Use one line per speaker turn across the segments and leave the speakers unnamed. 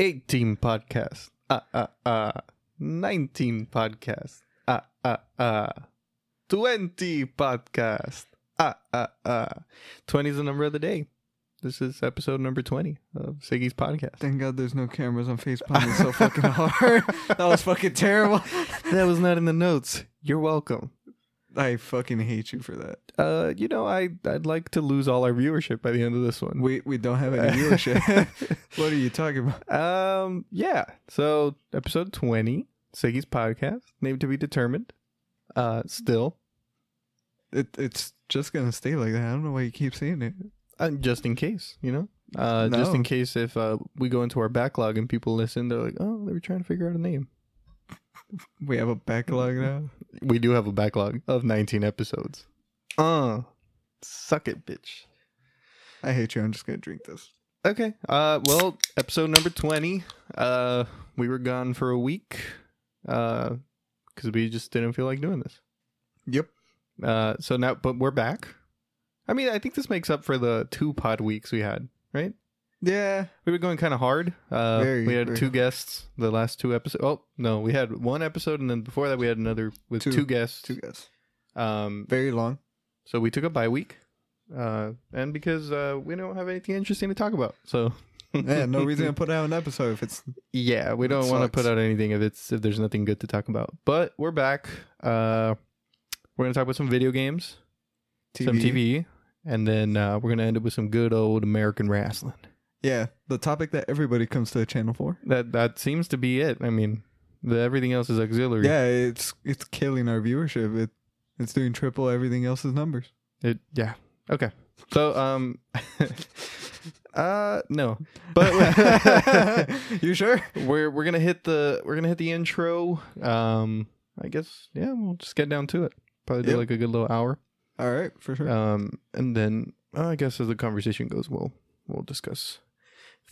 18 podcasts. Uh, uh, uh. 19 podcasts. Uh, uh, uh. 20 podcasts. Uh, uh, uh. 20 is the number of the day. This is episode number 20 of Siggy's podcast.
Thank God there's no cameras on FaceTime. It's so fucking hard. that was fucking terrible.
That was not in the notes. You're welcome.
I fucking hate you for that.
Uh, you know, I, I'd like to lose all our viewership by the end of this one.
We we don't have any viewership. what are you talking about?
Um, yeah. So episode twenty, Siggy's podcast, name to be determined. Uh, still,
It it's just gonna stay like that. I don't know why you keep saying it.
uh, just in case, you know, uh, just
No.
in case if uh we go into our backlog and people listen, they're like, oh, they were trying to figure out a name.
We have a backlog now.
We do have a backlog of nineteen episodes. Uh, suck it, bitch.
I hate you. I'm just gonna drink this.
Okay. Uh, well, episode number twenty. Uh, we were gone for a week. Uh, because we just didn't feel like doing this.
Yep.
Uh, so now, but we're back. I mean, I think this makes up for the two pod weeks we had, right?
Yeah.
We were going kind of hard. Uh,
Very,
we had
very
two
hard.
guests the last two episodes. Oh no, we had one episode, and then before that, we had another with two,
Two.
guests.
Two guys.
Um,
Very long.
so we took a bye week, uh, and because uh, we don't have anything interesting to talk about, so
Yeah. No reason to put out an episode if it's
Yeah, we don't
It
want to
sucks.
put out anything if it's if there's nothing good to talk about. But we're back. Uh, we're gonna talk about some video games,
TV.
some TV, and then uh, we're gonna end up with some good old American wrestling.
Yeah. The topic that everybody comes to the channel for.
That that seems to be it. I mean, the, everything else is auxiliary.
Yeah. It's it's killing our viewership. It it's doing triple everything else's numbers.
It, yeah. Okay. So um, uh, no, but
you sure?
we're we're gonna hit the we're gonna hit the intro. Um, I guess yeah, we'll just get down to it. Probably do
Yep.
like a good little hour.
All right. For sure.
Um, and then uh, I guess as the conversation goes, we'll we'll discuss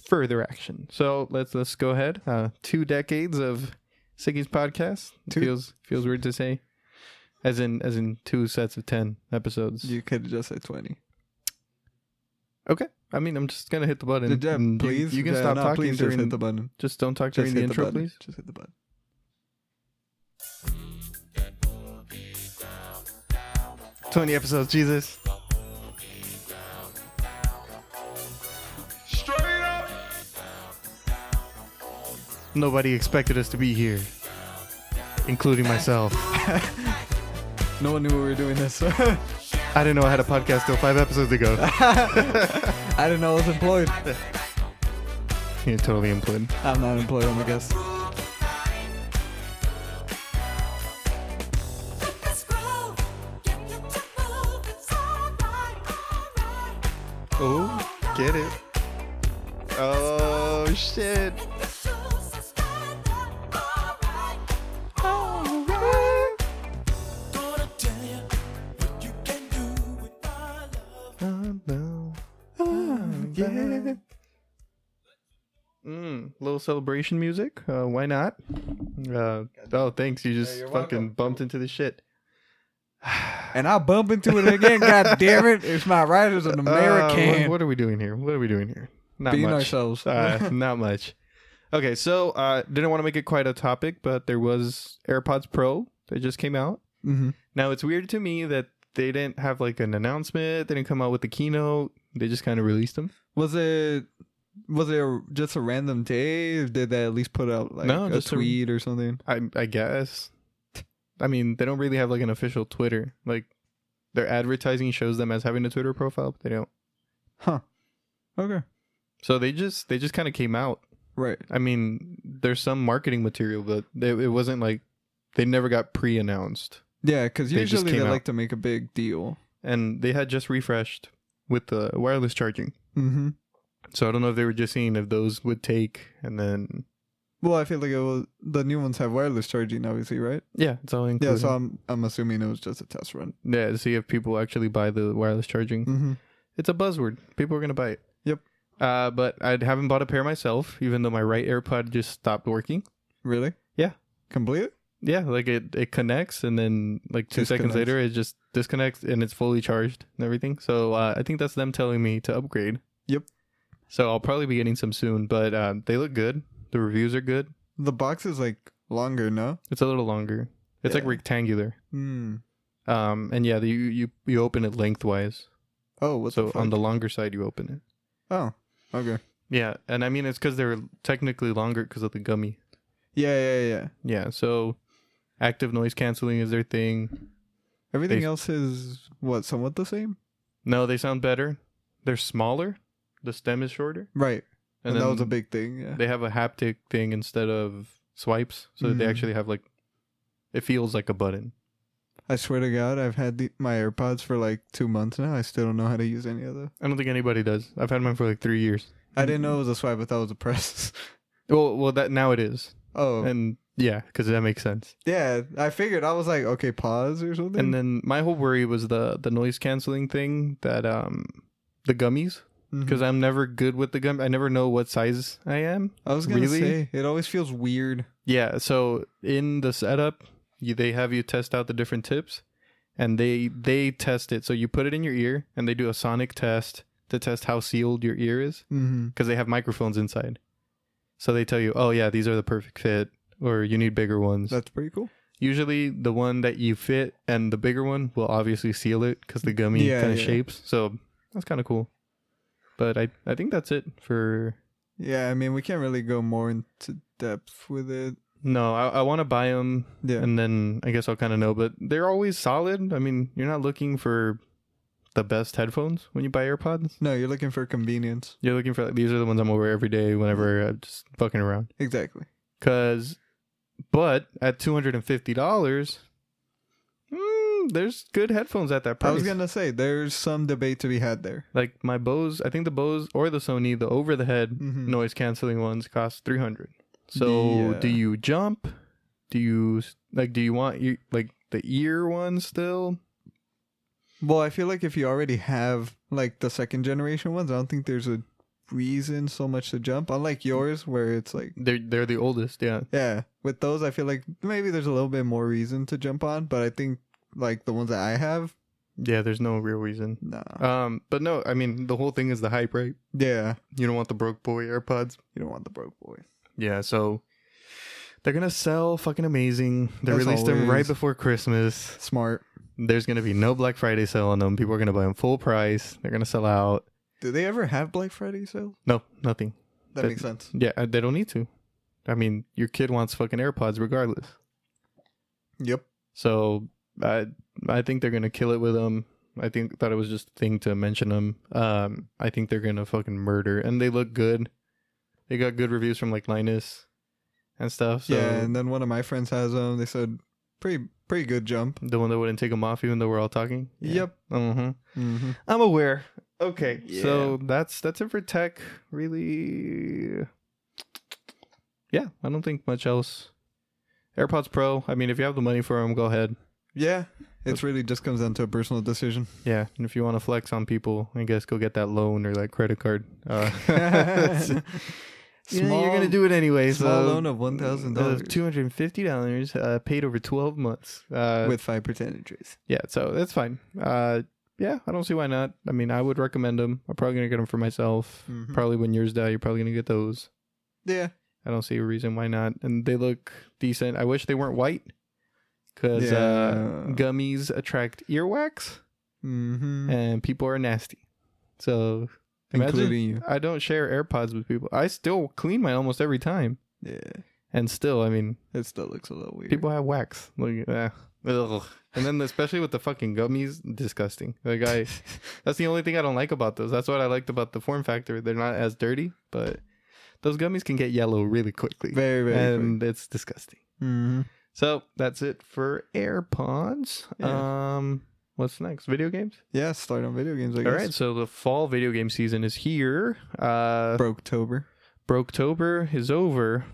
further action. So let's let's go ahead. Uh, two decades of Siggy's podcast It
Two-
feels feels weird to say, as in as in two sets of ten episodes.
You could just say twenty.
okay, I mean I'm just gonna hit the button.
The jab,
and you-
please.
You, can
Yeah,
stop
no,
talking
please
during.
Just hit the button.
just don't talk during
Just hit
the
the
intro,
button.
please.
Just hit the button.
Twenty episodes, Jesus.
Straight up.
Nobody expected us to be here, including myself.
No one knew we were doing this. I
I didn't know I had a podcast till five episodes ago.
didn't know I was employed.
You're totally employed.
I'm not employed. I'm a guest.
Oh, get it. Oh, shit.
yeah.
Mm, little celebration music. Uh, why not? Uh, oh, thanks. You just
you're
fucking
welcome.
bumped into the shit.
And I'll bump into it again. God damn it! It's my right as an
Uh,
American.
what, what are we doing here? What are we doing here? Not
Being
much.
ourselves.
Uh, not much. Okay, so uh, didn't want to make it quite a topic, but there was AirPods Pro that just came out.
hmm
Now it's weird to me that they didn't have like an announcement. They didn't come out with the keynote. They just kind of released them.
Was it? Was it a- just a random day? Did they at least put out like
No,
a
just a-
tweet or something?
I I guess. I mean, they don't really have like an official Twitter. Like their advertising shows them as having a Twitter profile, but they don't.
Huh. Okay.
So they just they just kind of came out.
Right.
I mean, there's some marketing material, but they, it wasn't like they never got pre-announced.
Yeah, because
They just
usually they
came out.
like to make a big deal.
And they had just refreshed with the wireless charging.
Mm-hmm.
So I don't know if they were just seeing if those would take and then
Well, I feel like it was, the new ones have wireless charging, obviously, right?
yeah, it's all included.
Yeah, so I'm I'm assuming it was just a test run.
Yeah, to see if people actually buy the wireless charging.
Mm-hmm.
It's a buzzword. People are gonna buy it.
Yep.
Uh, but I haven't bought a pair myself, even though my right AirPod just stopped working.
Really?
Yeah.
Completely?
Yeah, like it, it connects and then like two seconds
Disconnects.
later it just disconnects and it's fully charged and everything. So uh, I think that's them telling me to upgrade.
Yep.
So I'll probably be getting some soon, but um, they look good. The reviews are good.
The box is like longer, no?
It's a little longer. It's like
Yeah.
rectangular.
Hmm.
Um, and yeah, the, you you you open it lengthwise.
Oh, what's
so
the
on the
fuck?
longer side, you open it.
Oh, okay.
Yeah, and I mean it's because they're technically longer because of the gummy.
Yeah, yeah, yeah.
Yeah, so active noise canceling is their thing.
Everything
They-
else is what somewhat the same,
No, they sound better. They're smaller. The stem is shorter,
right? And, that
then
was a big thing. Yeah.
They have a haptic thing instead of swipes, so that they
Mhm.
actually have like it feels like a button.
I swear to God, I've had the, my AirPods for like two months now. I still don't know how to use any of them.
I don't think anybody does. I've had mine for like three years.
I didn't
Mm-hmm.
know it was a swipe. I thought it was a press.
Well, well, that now it is,
oh,
and yeah, because that makes sense.
yeah. I figured. I was like, okay, pause or something.
And then my whole worry was the the noise canceling thing that um the gummies
Mhm.
because I'm never good with the gum. I never know what size I am.
I was gonna
really?
say it always feels weird.
Yeah, so in the setup, you, they have you test out the different tips, and they they test it. So you put it in your ear, and they do a sonic test to test how sealed your ear is
Mm-hmm.
because they have microphones inside. So they tell you, oh yeah, these are the perfect fit, or you need bigger ones.
That's pretty cool.
Usually, the one that you fit and the bigger one will obviously seal it because the gummy
Yeah,
kind of
yeah.
shapes. So that's kind of cool. But I I think that's it for
Yeah, I mean, we can't really go more into depth with it.
No, I, I want to buy them,
Yeah.
and then I guess I'll kind of know. But they're always solid. I mean, you're not looking for the best headphones when you buy AirPods.
No, you're looking for convenience.
You're looking for like, these are the ones I'm gonna wear every day
Mm-hmm.
whenever I'm just fucking around.
Exactly.
Cause, but at two hundred and fifty dollars, mm, there's good headphones at that price.
I was gonna say there's some debate to be had there.
like my Bose. I think the Bose or the Sony, the over the head
Mhm.
noise canceling ones cost 300 so
Yeah.
do you jump do you s- like do you want you like the ear one still
Well, I feel like if you already have like the second generation ones, I don't think there's a reason so much to jump. Unlike yours, where it's like,
they're they're the oldest yeah
yeah, with those, I feel like maybe there's a little bit more reason to jump on. But I think like the ones that I have,
yeah there's no real reason
nah,
um but no i mean the whole thing is the hype right
yeah,
you don't want the broke boy airpods
you don't want the broke boy.
yeah so they're gonna sell fucking amazing they
As
released them right
always.
before christmas
Smart.
there's gonna be no black friday sale on them people are gonna buy them full price they're gonna sell out
Do they ever have Black Friday sales?
no nothing
That
That-
makes sense.
yeah uh, they don't need to i mean your kid wants fucking airpods regardless
Yep.
So I I think they're gonna kill it with them. I think that it was just a thing to mention them. Um, I think they're gonna fucking murder, and they look good. They got good reviews from like Linus and stuff. So
yeah, and then one of my friends has them. They said pretty pretty good jump.
the one that wouldn't take them off, even though we're all talking.
Yep.
Mm-hmm.
Mm-hmm.
I'm aware. Okay.
Yeah.
So that's that's it for tech. Really. Yeah, I don't think much else. AirPods Pro. I mean, if you have the money for them, go ahead.
Yeah, it's really just comes down to a personal decision.
Yeah, and if you want to flex on people, I guess go get that loan or that credit card. Uh, you know, you're gonna do it anyway.
small
so
loan of $1,000.
two hundred and fifty dollars, uh, paid over twelve months. Uh,
with five percent interest.
yeah, so that's fine. Uh, yeah, I don't see why not. I mean, I would recommend them. I'm probably gonna get them for myself.
Mhm.
Probably when yours die, you're probably gonna get those.
Yeah,
I don't see a reason why not. And they look decent. I wish they weren't white, because uh,
Yeah.
gummies attract earwax,
mm-hmm.
and people are nasty. So imagine
including you.
I don't share AirPods with people. I still clean mine almost every time,
Yeah,
and still, I mean,
it still looks a little weird.
people have wax. Like, eh, ugh. And then especially with the fucking gummies, disgusting. Like I, that's the only thing I don't like about those. That's what I liked about the form factor. They're not as dirty, but those gummies can get yellow really quickly,
very very.
and it's disgusting.
mm-hmm.
So that's it for AirPods. Um, what's next? Video games.
Yeah, start on video games. I guess.
All right, so the fall video game season is here. Uh,
Broketober.
Broketober is over.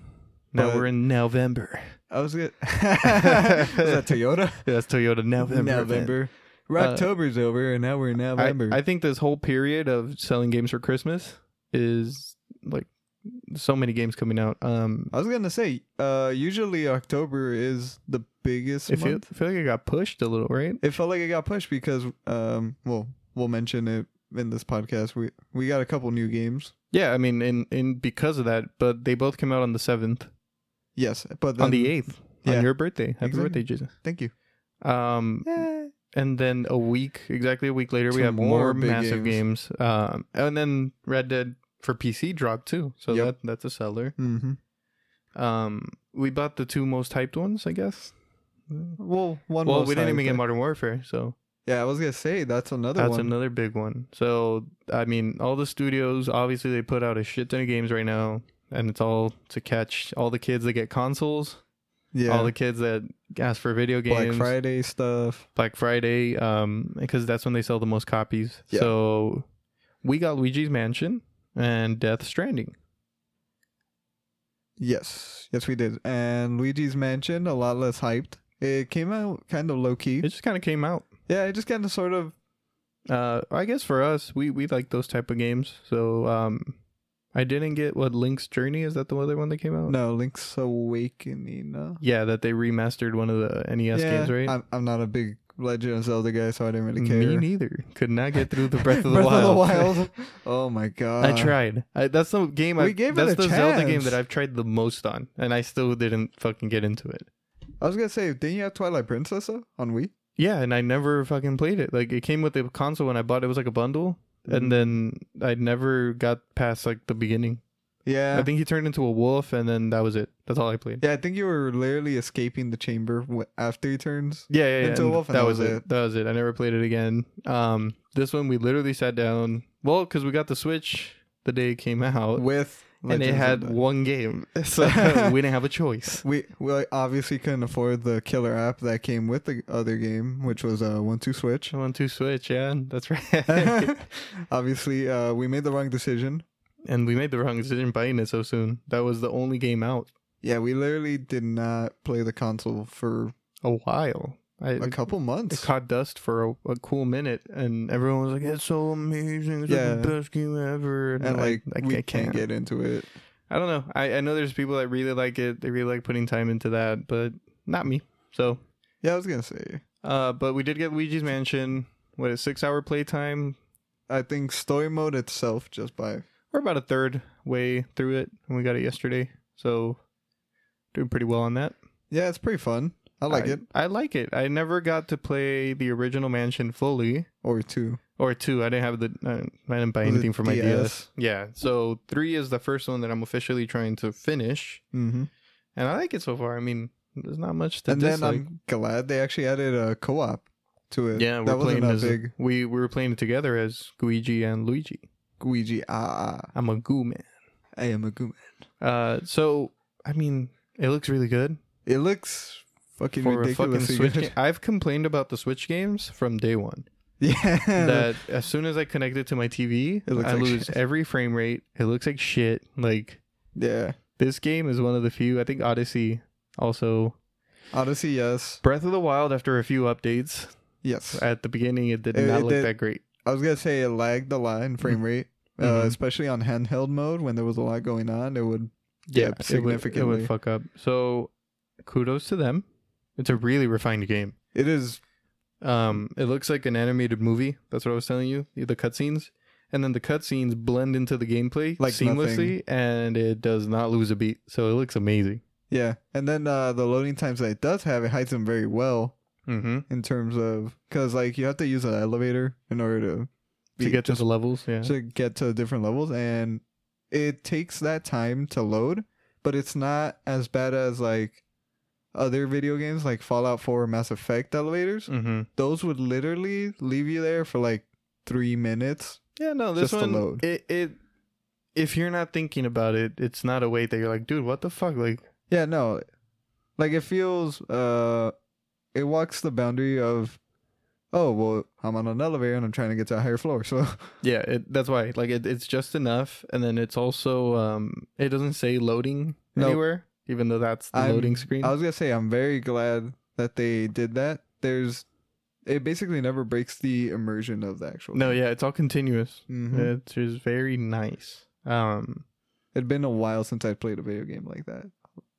Now
But-
we're in November.
I was good. Was that Toyota?
Yeah, that's Toyota November. Uh,
November. Rocktober's over, and now we're in
I,
November.
I think this whole period of selling games for Christmas is like so many games coming out. Um,
I was gonna say, uh, usually October is the biggest
if you
month.
I feel like it got pushed a little, right?
It felt like it got pushed because, um, well, we'll mention it in this podcast. We we got a couple new games.
Yeah, I mean, in in because of that, but they both came out on the seventh,
Yes, but then,
on the eighth,
yeah.
on your birthday. Happy
Exactly.
birthday, Jesus!
Thank you.
Um, and then a week, exactly a week later, we
Some
have
more
more,
big
massive games. Um, and then Red Dead for PC dropped too, so
Yep.
that that's a seller.
Mm-hmm.
Um, we bought the two most hyped ones, I guess.
Well, one.
well,
was
we didn't
hyped.
even get Modern Warfare, so
Yeah, I was gonna say that's another
that's
one.
another big one. So I mean, all the studios obviously they put out a shit ton of games right now, and it's all to catch all the kids that get consoles,
yeah,
all the kids that ask for video games,
Black Friday stuff.
Black Friday, um, because that's when they sell the most copies.
Yeah.
So we got Luigi's Mansion and Death Stranding.
Yes, yes, we did. And Luigi's Mansion, a lot less hyped. It came out kind of low key.
It just kind of came out.
yeah, it just kind of sort of
Uh, I guess for us, we we like those type of games. So um, I didn't get what Link's Journey is that the other one that came out?
no Link's Awakening. Uh,
Yeah, that they remastered one of the NES games, right?
I'm, I'm not a big Legend of Zelda guy, so I didn't really care.
Me neither. Could not get through the Breath of the
Breath
Wild.
Wild. oh my god!
I tried. I, that's the game.
We
I,
gave it
that's
a
the Zelda game
chance.
that I've tried the most on, and I still didn't fucking get into it.
I was gonna say, didn't you have Twilight Princess though, on Wii?
Yeah, and I never fucking played it. Like it came with the console when I bought it. It was like a bundle,
Mm.
and then I never got past like the beginning.
Yeah,
I think he turned into a wolf, and then that was it. That's all I played.
yeah. I think you were literally escaping the chamber w- after he turns.
Yeah, yeah, yeah.
Into a
and
wolf, and
that was it. That was it. I never played it again. Um, this one we literally sat down. Well, because we got the Switch the day it came out,
with
and it
Legend of
had
Zelda.
one game, so we didn't have a choice.
we we obviously couldn't afford the killer app that came with the other game, which was uh one two switch.
One two Switch, yeah, that's right.
obviously, uh, we made the wrong decision.
and we made the wrong decision buying it so soon. That was the only game out
Yeah, we literally did not play the console for
a while. I,
a couple
it
months.
caught dust for a, a cool minute, and everyone was like, "It's so amazing! It's
Yeah.
like the best game ever!"
and
I-
like
I,
we
I
can't get into it.
I don't know. I, I know there's people that really like it. They really like putting time into that, but not me. So,
Yeah, I was gonna say.
uh, but we did get Luigi's Mansion. What a six-hour playtime.
I think story mode itself, just by
We're about a third way through it, and we got it yesterday. So, doing pretty well on that.
yeah, it's pretty fun. I like it.
I like it. I never got to play the original Mansion fully.
Or two.
or two. I didn't have the. uh, I didn't buy
Was it
anything for my DS.
DS?
Yeah, so three is the first one that I'm officially trying to finish,
Mm-hmm.
and I like it so far. I mean, there's not much to
And then um,
dislike.
I'm glad they actually added a co-op to it.
yeah,
that
we're
wasn't
playing
a
as
big
we we were playing it together as Luigi and Luigi.
Luigi. Ah, ah,
I'm a goo man.
I am a goon.
Uh, so I mean, it looks really good
It looks fucking
for a fucking
ridiculously
Switch.
good.
Game. I've complained about the Switch games from day one.
Yeah,
that as soon as I connect it to my TV,
It looks
I
like
lose
shit.
every frame rate. It looks like shit. Like
yeah.
This game is one of the few. I think Odyssey also.
Odyssey, yes,
Breath of the Wild, after a few updates
yes.
at the beginning, it did
It-
not
it
look
did-
that great.
I was gonna say it lagged a lot in frame rate,
Mhm.
uh, especially on handheld mode when there was a lot going on. It would Yeah,
it would, it
significantly.
would fuck up. So, kudos to them. It's a really refined game.
it is
Um, it looks like an animated movie. That's what I was telling you. The cutscenes, and then the cutscenes blend into the gameplay
Like
seamlessly, and it does not lose a beat. So it looks amazing.
yeah. And then uh, the loading times that it does have, it hides them very well
Mm-hmm.
in terms of because like you have to use an elevator in order to
To
be-
get to the levels, yeah.
to get to different levels and it takes that time to load but it's not as bad as like other video games like fallout 4 or mass effect elevators
mm-hmm.
those would literally leave you there for like three minutes
Yeah, no, this
Just the
one
load.
it it if you're not thinking about it, it's not a way that you're like, dude, what the fuck? Like
yeah no like it feels uh it walks the boundary of oh well i'm on an elevator and i'm trying to get to a higher floor so
yeah, it, that's why. Like it, it's just enough and then it's also um it doesn't say loading
Nope.
anywhere, even though that's the
I'm-
loading screen.
I was gonna say I'm very glad that they did that. There's it basically never breaks the immersion of the actual.
no,
game.
yeah, it's all continuous.
Mhm.
It's just very nice. Um
it'd been a while since I played a video game like that.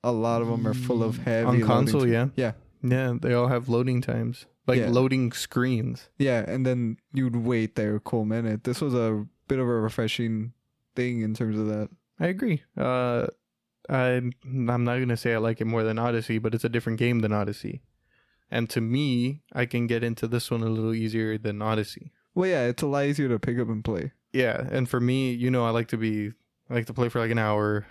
A lot of them are full of heavy
Mm. on
loading
console,
screen-
yeah.
yeah.
Yeah, they all have loading times. like
Yeah.
loading screens.
Yeah, and then you'd wait there a cool minute. This was a bit of a refreshing thing in terms of that.
I agree. Uh, I'm I'm not gonna say I like it more than Odyssey, but it's a different game than Odyssey. And to me, I can get into this one a little easier than Odyssey.
Well, yeah, it's a lot easier to pick up and play.
Yeah, and for me, you know, I like to be I like to play for like an hour,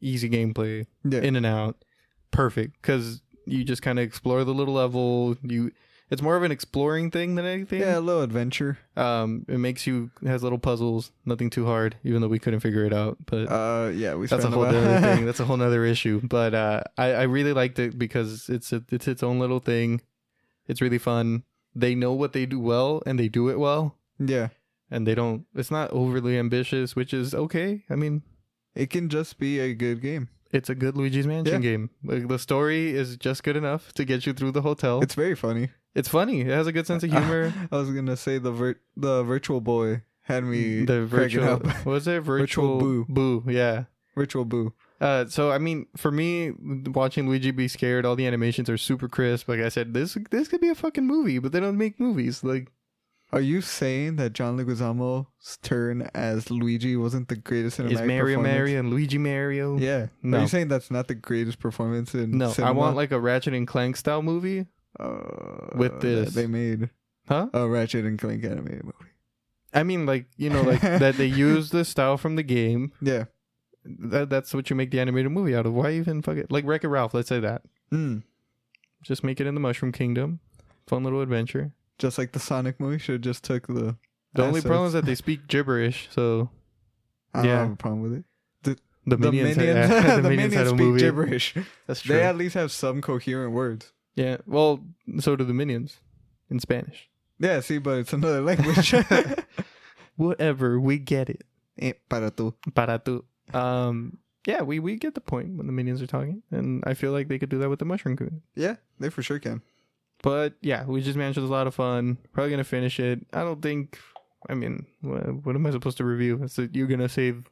easy gameplay,
Yeah,
in and out, perfect. Because you just kind of explore the little level. You, it's more of an exploring thing than anything.
yeah, a little adventure.
Um, it makes you it has little puzzles, nothing too hard, even though we couldn't figure it out. But
Uh, yeah, we
that's a
spent
whole
lot-
other thing. That's a whole other issue. But uh, I, I really liked it because it's a, it's its own little thing. It's really fun. They know what they do well and they do it well,
yeah,
and they don't. It's not overly ambitious, which is okay. I mean,
it can just be a good game.
it's a good Luigi's Mansion
Yeah.
game. Like, the story is just good enough to get you through the hotel.
It's very funny.
It's funny. It has a good Oh. sense of humor.
I was gonna say the vir- the virtual boy had me
Mm, the virtual
up.
what was it virtual,
Virtual
boo. Yeah.
virtual boo.
Uh, so I mean, for me, watching Luigi be scared, all the animations are super crisp. Like I said, this this could be a fucking movie, but they don't make movies. Like
Are you saying that John Leguizamo's turn as Luigi wasn't the greatest cinematic
is Mario
performance?
Mario and Luigi Mario?
Yeah.
No.
Are you saying that's not the greatest performance in
No, I
cinema?
want like a Ratchet and Clank style movie,
uh,
with
that
this.
they made
huh?
a Ratchet and Clank animated movie.
I mean, like you know, like that they use the style from the game.
Yeah.
That that's what you make the animated movie out of. Why even fuck it? Like Wreck It Ralph. Let's say that.
Mm.
Just make it in the Mushroom Kingdom. Fun little adventure.
Just like the Sonic movie should have just took the.
The only
assets.
problem is that they speak gibberish, so
I don't
Yeah.
have a problem with it.
the
The
minions,
minions,
had- yeah,
the minions,
had a
speak
movie.
gibberish.
That's true.
They at least have some coherent words.
yeah. Well, so do the minions in Spanish.
Yeah, see, but it's another language.
Whatever, we get it.
Eh, Para tú.
Para tu. Um, yeah, we we get the point when the minions are talking, and I feel like they could do that with the mushroom coon.
Yeah, they for sure can.
But yeah, we just managed a lot of fun. Probably gonna finish it. I don't think. I mean, what, what am I supposed to review? It's that you're gonna save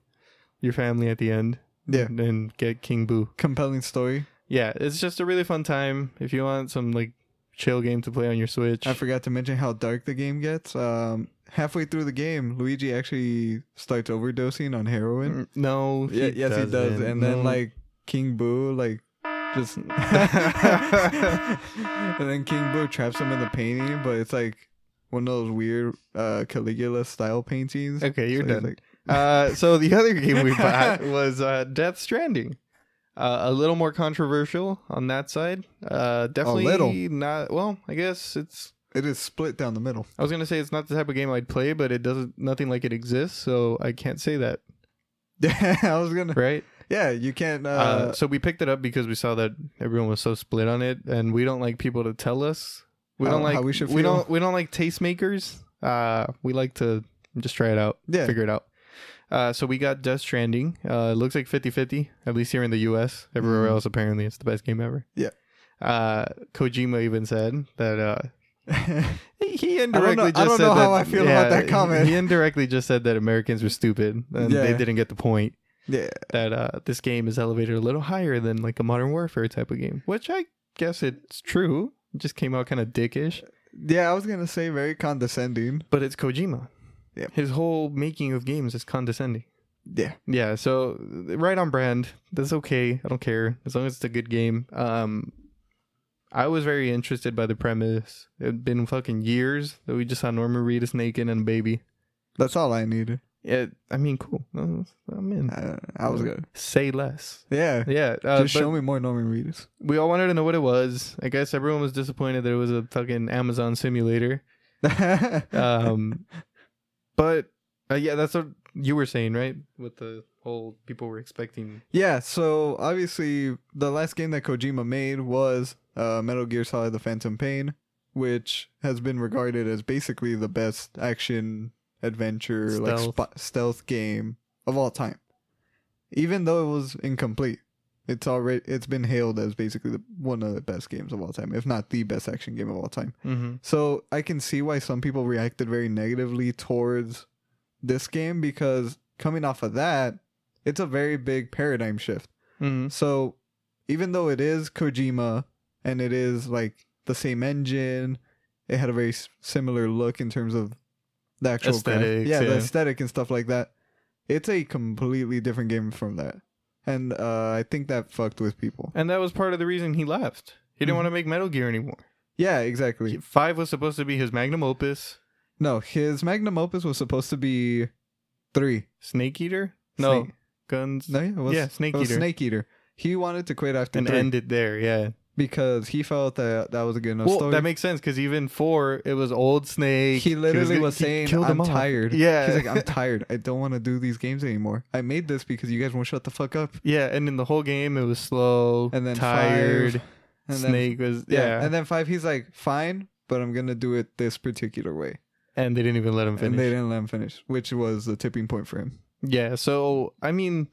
your family at the end.
Yeah.
and, and get King Boo.
Compelling story.
yeah, it's just a really fun time. If you want some like chill game to play on your Switch,
I forgot to mention how dark the game gets. Um, halfway through the game, Luigi actually starts overdosing on heroin.
Mm, no,
Yeah, yes, he does.
doesn't.
And then
No.
like King Boo, like just, and then King Boo traps him in the painting, but it's like one of those weird uh, Caligula style paintings.
okay, you're
So he's
done.
like-
uh, so the other game we bought was uh, Death Stranding. Uh, a little more controversial on that side. Uh, definitely
little.
not. Well, I guess it's.
it is split down the middle.
I was gonna say it's not the type of game I'd play, but it doesn't. Nothing like it exists, so I can't say that.
Yeah, I was gonna.
Right.
Yeah, you can't. Uh,
uh, so we picked it up because we saw that everyone was so split on it, and we don't like people to tell us. We
How-
don't like
Oh, how we should
we
feel.
don't we don't like tastemakers. Uh, we like to just try it out,
yeah,
figure it out. Uh, so we got Death Stranding. Uh, it looks like 50-50, at least here in the U.S. Everywhere
Mhm.
else, apparently, it's the best game ever.
Yeah.
Uh, Kojima even said that uh, he- he
know-
indirectly
I
just
don't
said
know how
that-
I feel about that
he-
comment.
He indirectly just said that Americans were stupid and they
Yeah.
didn't get the point
yeah.
that uh, this game is elevated a little higher than like a modern warfare type of game, which I guess it's true. It just came out kind of dickish,
Yeah, I was gonna say very condescending.
but it's Kojima.
Yeah.
His whole making of games is condescending.
Yeah,
Yeah, so right on brand. That's okay. I don't care as long as it's a good game. Um, I was very interested by the premise. It had been fucking years that we just saw Norman Reedus naked and a baby.
that's all I needed.
Yeah, I mean, cool. I'm in.
I, I was good.
Say less.
Yeah,
Yeah, uh,
Uh, just
but-
show me more Norman Reedus.
we all wanted to know what it was. I guess everyone was disappointed that it was a fucking Amazon simulator. Um, but uh, yeah, that's what you were saying, right? With the whole people were expecting.
Yeah, so obviously the last game that Kojima made was uh, Metal Gear Solid: The Phantom Pain, which has been regarded as basically the best action adventure like
Stealth.
sp- stealth game of all time. Even though it was incomplete, it's already it's been hailed as basically the, one of the best games of all time, if not the best action game of all time.
Mm-hmm.
So I can see why some people reacted very negatively towards this game because coming off of that, it's a very big paradigm shift.
Mm-hmm.
So even though it is Kojima and it is like the same engine it had a very s- similar look in terms of the actual graph-
Aesthetics,
yeah, the
yeah.
aesthetic and stuff like that. It's a completely different game from that, and uh, I think that fucked with people.
And that was part of the reason he left. He
Mm-hmm.
didn't want to make Metal Gear anymore.
Yeah, exactly.
Five was supposed to be his magnum opus.
No, his magnum opus was supposed to be three.
Snake Eater? No.
Snake-
Guns.
No, yeah, it was,
yeah, Snake
it was
Eater.
Snake Eater. He wanted to quit after
and
three
end it there, yeah.
because he felt that that was a good enough
well,
story.
that makes sense because even four, it was old Snake.
he literally
gonna-
was,
he
saying,
killed
"I'm
them all."
tired."
Yeah.
he's like, "I'm tired. I don't want to do these games anymore. I made this because you guys won't shut the fuck up."
yeah, and in the whole game, it was slow,
And then
tired.
five, And
Snake was,
then,
yeah.
yeah. and then five. He's like, "Fine, but I'm gonna do it this particular way,"
and they didn't even let him finish.
and they didn't let him finish, which was the tipping point for him.
Yeah, so I mean,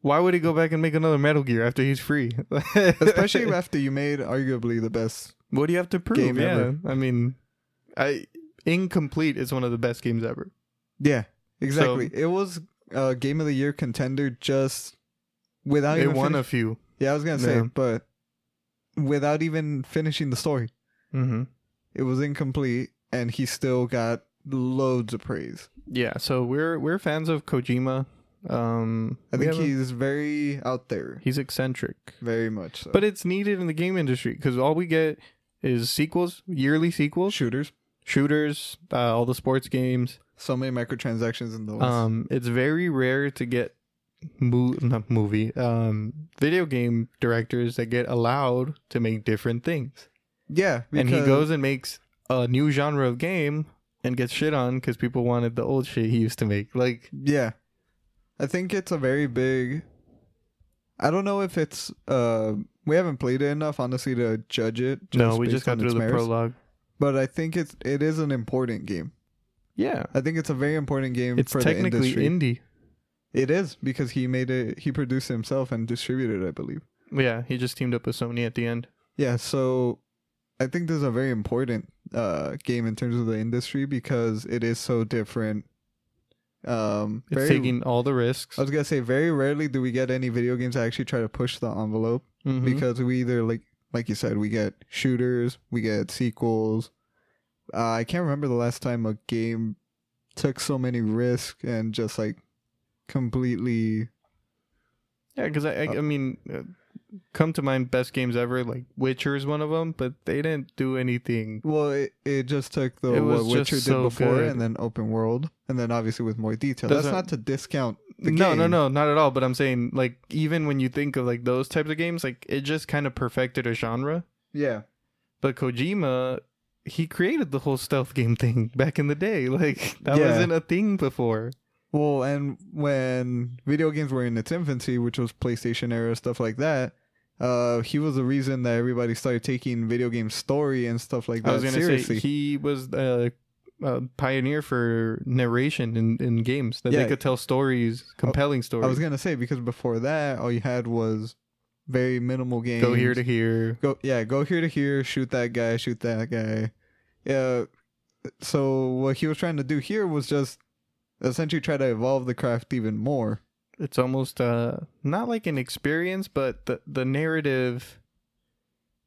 why would he go back and make another Metal Gear after he's free?
Especially after you made arguably the best.
what do you have to prove?
Game
yeah,
ever.
I mean, I incomplete is one of the best games ever.
Yeah, exactly. it was a game of the year contender just without
It
even
won
finish-
a few.
yeah, I was gonna say,
Yeah.
but without even finishing the story.
Mm-hmm.
it was incomplete and he still got loads of praise
Yeah, so we're we're fans of Kojima. Um,
i
we
think
have a-
he's very out there
he's eccentric,
very much so
but it's needed in the game industry because all we get is sequels, yearly sequels,
shooters
shooters, uh, all the sports games.
so many microtransactions in those
Um, it's very rare to get mo- not movie, um, video game directors that get allowed to make different things.
yeah
and he
because-
goes and makes a new genre of game and gets shit on because people wanted the old shit he used to make. Like,
yeah i think it's a very big i don't know if it's uh we haven't played it enough honestly to judge it
no, we just
based on
got through
its
the
merits,
prologue.
but i think it's it is an important game
Yeah,
i think it's a very important game
it's
for the
technically
industry
indie.
it is because he made it he produced it himself and distributed it i believe
Yeah, he just teamed up with Sony at the end.
Yeah, so I think this is a very important uh, game in terms of the industry because it is so different. Um,
It's
very,
taking all the risks.
I was gonna say very rarely do we get any video games that actually try to push the envelope
Mhm.
because we either like like you said we get shooters, we get sequels. Uh, I can't remember the last time a game took so many risks and just like completely
Yeah, because I, I,
Uh,
I mean, uh, come to mind best games ever. Like Witcher is one of them, but they didn't do anything.
Well, it, it just took the
It was
what
just
Witcher did
so
before,
good.
and then open world, and then obviously with more detail. That's,
Doesn't-
not to discount the
No,
game.
no, no, not at all. But I'm saying, like, even when you think of like those types of games, like it just kind of perfected a genre.
Yeah,
But Kojima, he created the whole stealth game thing back in the day. Like that
Yeah.
wasn't a thing before.
well, and when video games were in its infancy, which was PlayStation era stuff like that, uh, he was the reason that everybody started taking video game story and stuff like that
I was gonna
seriously.
say he was a, a pioneer for narration in, in games that they
Yeah.
could tell stories, compelling stories.
I was gonna say because before that, all you had was very minimal games.
go here to here.
go yeah go here to here shoot that guy shoot that guy yeah so what he was trying to do here was just essentially try to evolve the craft even more
it's almost uh not like an experience but the the narrative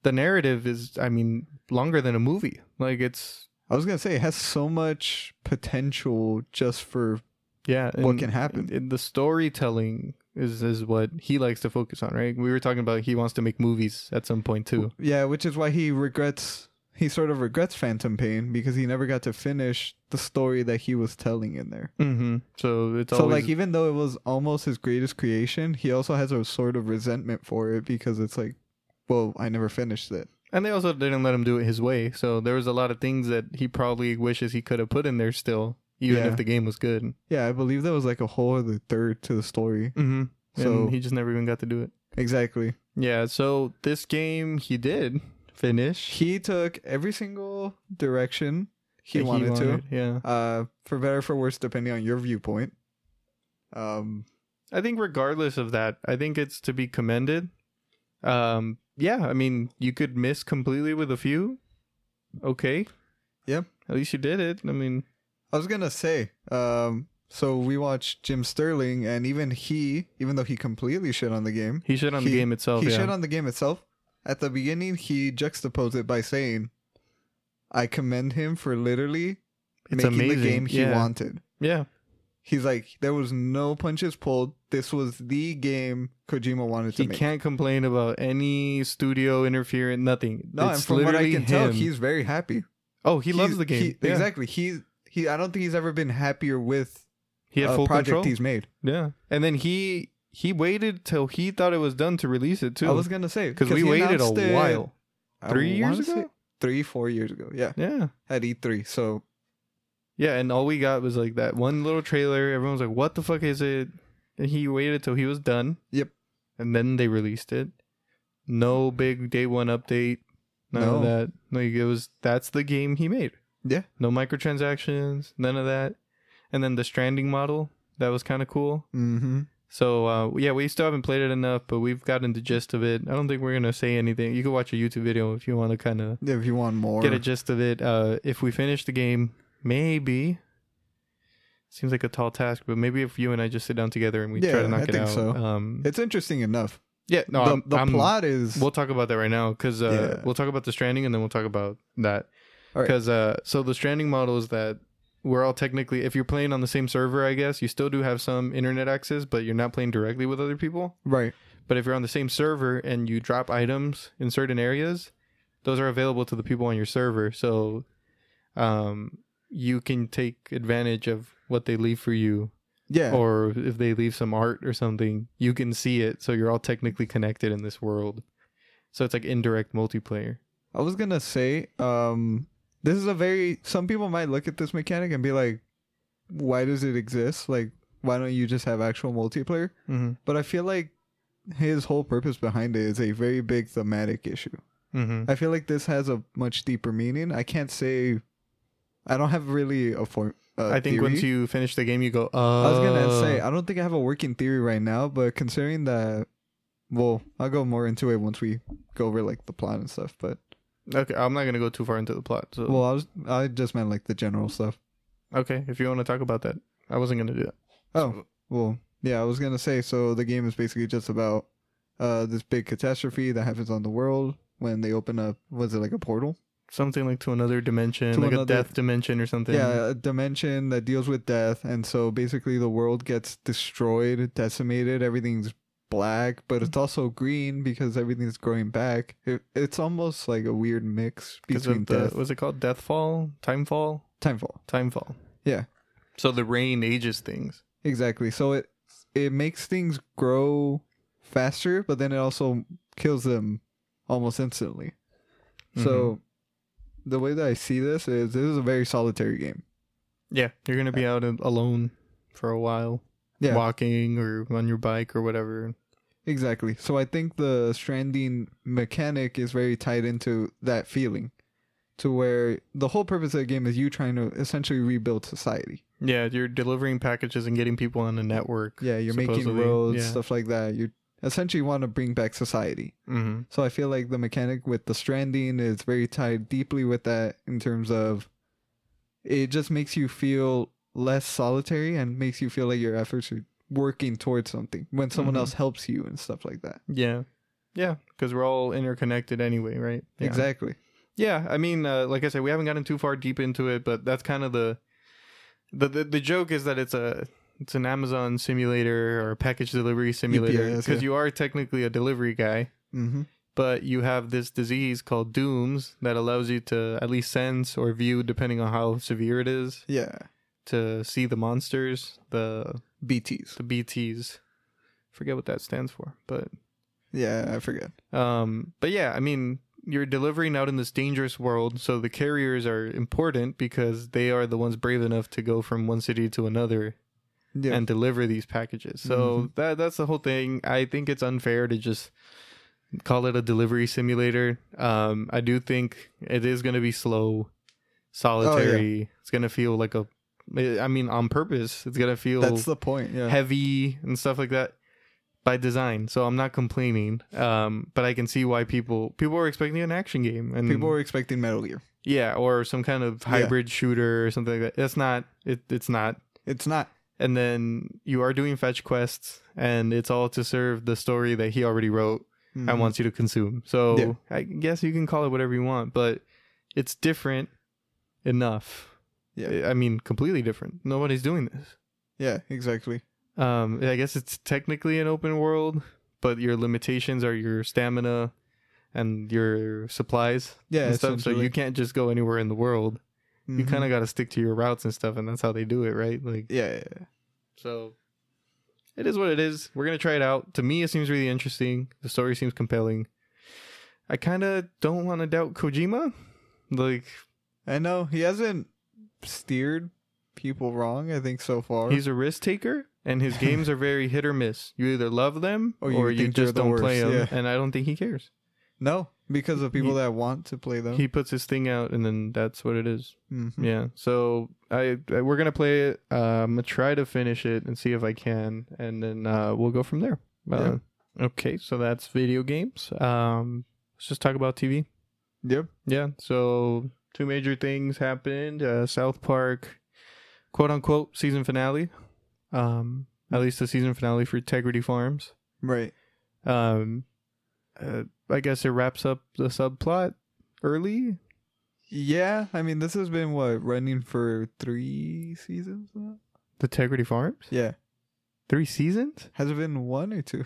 the narrative is i mean longer than a movie like it's
i was gonna say it has so much potential just for
yeah
what
and-
can happen
and the storytelling is is what he likes to focus on right we were talking about he wants to make movies at some point too
yeah which is why he regrets he sort of regrets phantom pain because he never got to finish the story that he was telling in there
mm-hmm. so it's
so
always
like even though it was almost his greatest creation he also has a sort of resentment for it because it's like well i never finished it
and they also didn't let him do it his way so there was a lot of things that he probably wishes he could have put in there still even
Yeah.
if the game was good
Yeah, I believe that was like a whole other third to the story.
mm-hmm.
So-
and he just never even got to do it
Exactly.
Yeah, so this game he did finish.
He took every single direction he,
that
wanted,
Yeah.
to, uh, for better or for worse, depending on your viewpoint. Um,
I think regardless of that, I think it's to be commended. Um yeah, I mean, you could miss completely with a few. Okay.
Yeah.
At least you did it. I mean,
I was gonna say, um, so we watched Jim Sterling, and even he, even though he completely shit on the game,
he shit on the
He-
game itself.
he
Oh, yeah.
shit on the game itself. At the beginning, he juxtaposed it by saying, I commend him for literally
It's
making
amazing.
the game he
yeah.
wanted.
Yeah.
He's like, there was no punches pulled. This was the game Kojima wanted
He
to make.
can't complain about any studio interference, nothing.
no,
it's
and from what
literally
I can tell,
him.
he's very happy.
oh, he loves
He's-
the game.
he-
yeah.
Exactly. He's he. I don't think he's ever been happier with
He had
a
full
project
control.
he's made.
Yeah, and then he he waited till he thought it was done to release it
I
too,
was gonna say
because we
he
waited a
announced it-
while.
I
Three years
wanna say-
ago?
three four years ago. Yeah,
Yeah,
at E3. So
yeah, and all we got was like that one little trailer. Everyone was like, "What the fuck is it?" And he waited till he was done.
Yep.
And then they released it. No big day one update. None of
No.
that. Like it was that's the game he made.
Yeah.
No microtransactions. None of that. And then the stranding model that was kind of cool.
mm-hmm.
So uh, yeah, we still haven't played it enough, but we've gotten the gist of it. I don't think we're gonna say anything. You can watch a YouTube video if you want to kind of
if you want more,
get a gist of it. Uh, if we finish the game, maybe seems like a tall task, but maybe if you and I just sit down together and we try
Yeah,
to knock
I
it
think
out.
so.
Um,
it's interesting enough.
yeah, no,
the
I'm,
the
I'm-
plot is
We'll talk about that right now because uh,
Yeah.
we'll talk about the stranding and then we'll talk about that.
All right.
Because uh, so the stranding model is that we're all technically, if you're playing on the same server, I guess you still do have some internet access, but you're not playing directly with other people.
right.
But if you're on the same server and you drop items in certain areas, those are available to the people on your server. So um, you can take advantage of what they leave for you.
Yeah,
Or if they leave some art or something, you can see it. So you're all technically connected in this world. So it's like indirect multiplayer.
I was gonna say, um, this is a very. Some people might look at this mechanic and be like, "Why does it exist? Like, why don't you just have actual multiplayer?"
Mm-hmm.
But I feel like his whole purpose behind it is a very big thematic issue.
Mm-hmm.
I feel like this has a much deeper meaning. I can't say. I don't have really a form.
I think
theory.
once you finish the game, you go,
I was gonna say
"Oh."
I don't think I have a working theory right now, but considering that, well, I'll go more into it once we go over like the plot and stuff. But
"Uh, Okay, I'm not going to go too far into the plot. So.
well, I was I just meant like the general stuff.
okay, if you want to talk about that, I wasn't going to do that.
Oh well, yeah, I was gonna say. So the game is basically just about uh this big catastrophe that happens on the world when they open up. Was it like a portal?
something like to another dimension,
To
like
another-
a death dimension or something.
Yeah, a dimension that deals with death, and so basically the world gets destroyed, decimated. Everything's black, but it's also green because everything's growing back. It, it's almost like a weird mix
because
between
of the
death,
was it called Deathfall, Timefall,
timefall.
Timefall.
Yeah.
So the rain ages things.
Exactly. So it it makes things grow faster, but then it also kills them almost instantly. So the way that I see this is this is a very solitary game.
Yeah, you're gonna be out a- alone for a while,
Yeah.
walking or on your bike or whatever.
Exactly. So I think the stranding mechanic is very tied into that feeling to where the whole purpose of the game is you trying to essentially rebuild society.
Yeah, you're delivering packages and getting people on the network.
Yeah, you're making
supposedly.
roads,
Yeah.
stuff like that. You essentially want to bring back society.
hmm
So I feel like the mechanic with the stranding is very tied deeply with that in terms of it just makes you feel less solitary and makes you feel like your efforts are working towards something when someone
Mhm.
else helps you and stuff like that.
Yeah, yeah, because we're all interconnected anyway, right? Yeah.
Exactly.
Yeah, I mean, uh, like I said, we haven't gotten too far deep into it, but that's kind of the the the, the joke is that it's a it's an Amazon simulator or a package delivery simulator
UPS,
because
yeah.
you are technically a delivery guy,
Mm-hmm.
but you have this disease called Dooms that allows you to at least sense or view, depending on how severe it is,
Yeah.
to see the monsters, the
BTs.
the BTS. Forget what that stands for, but
Yeah, I forget.
um, but yeah, I mean, you're delivering out in this dangerous world, so the carriers are important because they are the ones brave enough to go from one city to another
Yeah. Mm-hmm.
and deliver these packages. So that that's the whole thing. I think it's unfair to just call it a delivery simulator. Um, I do think it is going to be
Oh,
slow, solitary. It's going to feel like a, I mean, on purpose. It's going to feel
That's the point. Yeah.
heavy and stuff like that by design. So I'm not complaining. Um, but I can see why people people were expecting an action game and
People were expecting Metal Gear.
yeah, or some kind of
Yeah.
hybrid shooter or something like that. That's not it. It's not.
It's not.
And then you are doing fetch quests, and it's all to serve the story that he already wrote
Mhm.
and wants you to consume. So
Yeah.
I guess you can call it whatever you want, but it's different. enough.
Yeah.
I mean, completely different. Nobody's doing this.
Yeah, exactly.
Um, I guess it's technically an open world, but your limitations are your stamina and your supplies
Yeah, Mm-hmm.
and stuff. So you can't just go anywhere in the world. You kind of got to stick to your routes and stuff, and that's how they do it, right? Like,
yeah, yeah, yeah.
so it is what it is. We're gonna try it out. To me, it seems really interesting. The story seems compelling. I kind of don't want to doubt Kojima. Like,
I know he hasn't steered people wrong. I think so far.
He's a risk taker, and his games are very hit or miss. You either love them
Or
or
you
you,
think they're
just
the
don't play them.
worst, yeah.
And I don't think he cares.
no because of people
He-
that want to play them.
He puts his thing out, and then that's what it is.
Mhm.
Yeah. So I, I we're gonna play it. Uh, I'm gonna try to finish it and see if I can, and then uh, we'll go from there. Uh, Okay. So that's video games. Um, let's just talk about TV.
Yep.
Yeah. So two major things happened. Uh, South Park, quote unquote, season finale. Um, at least the season finale for Integrity Farms.
Right.
Um, uh, I guess it wraps up the subplot early.
Yeah. I mean, this has been what running for three seasons. now?
The Integrity Farms,
Yeah.
three seasons.
Has it been one or two?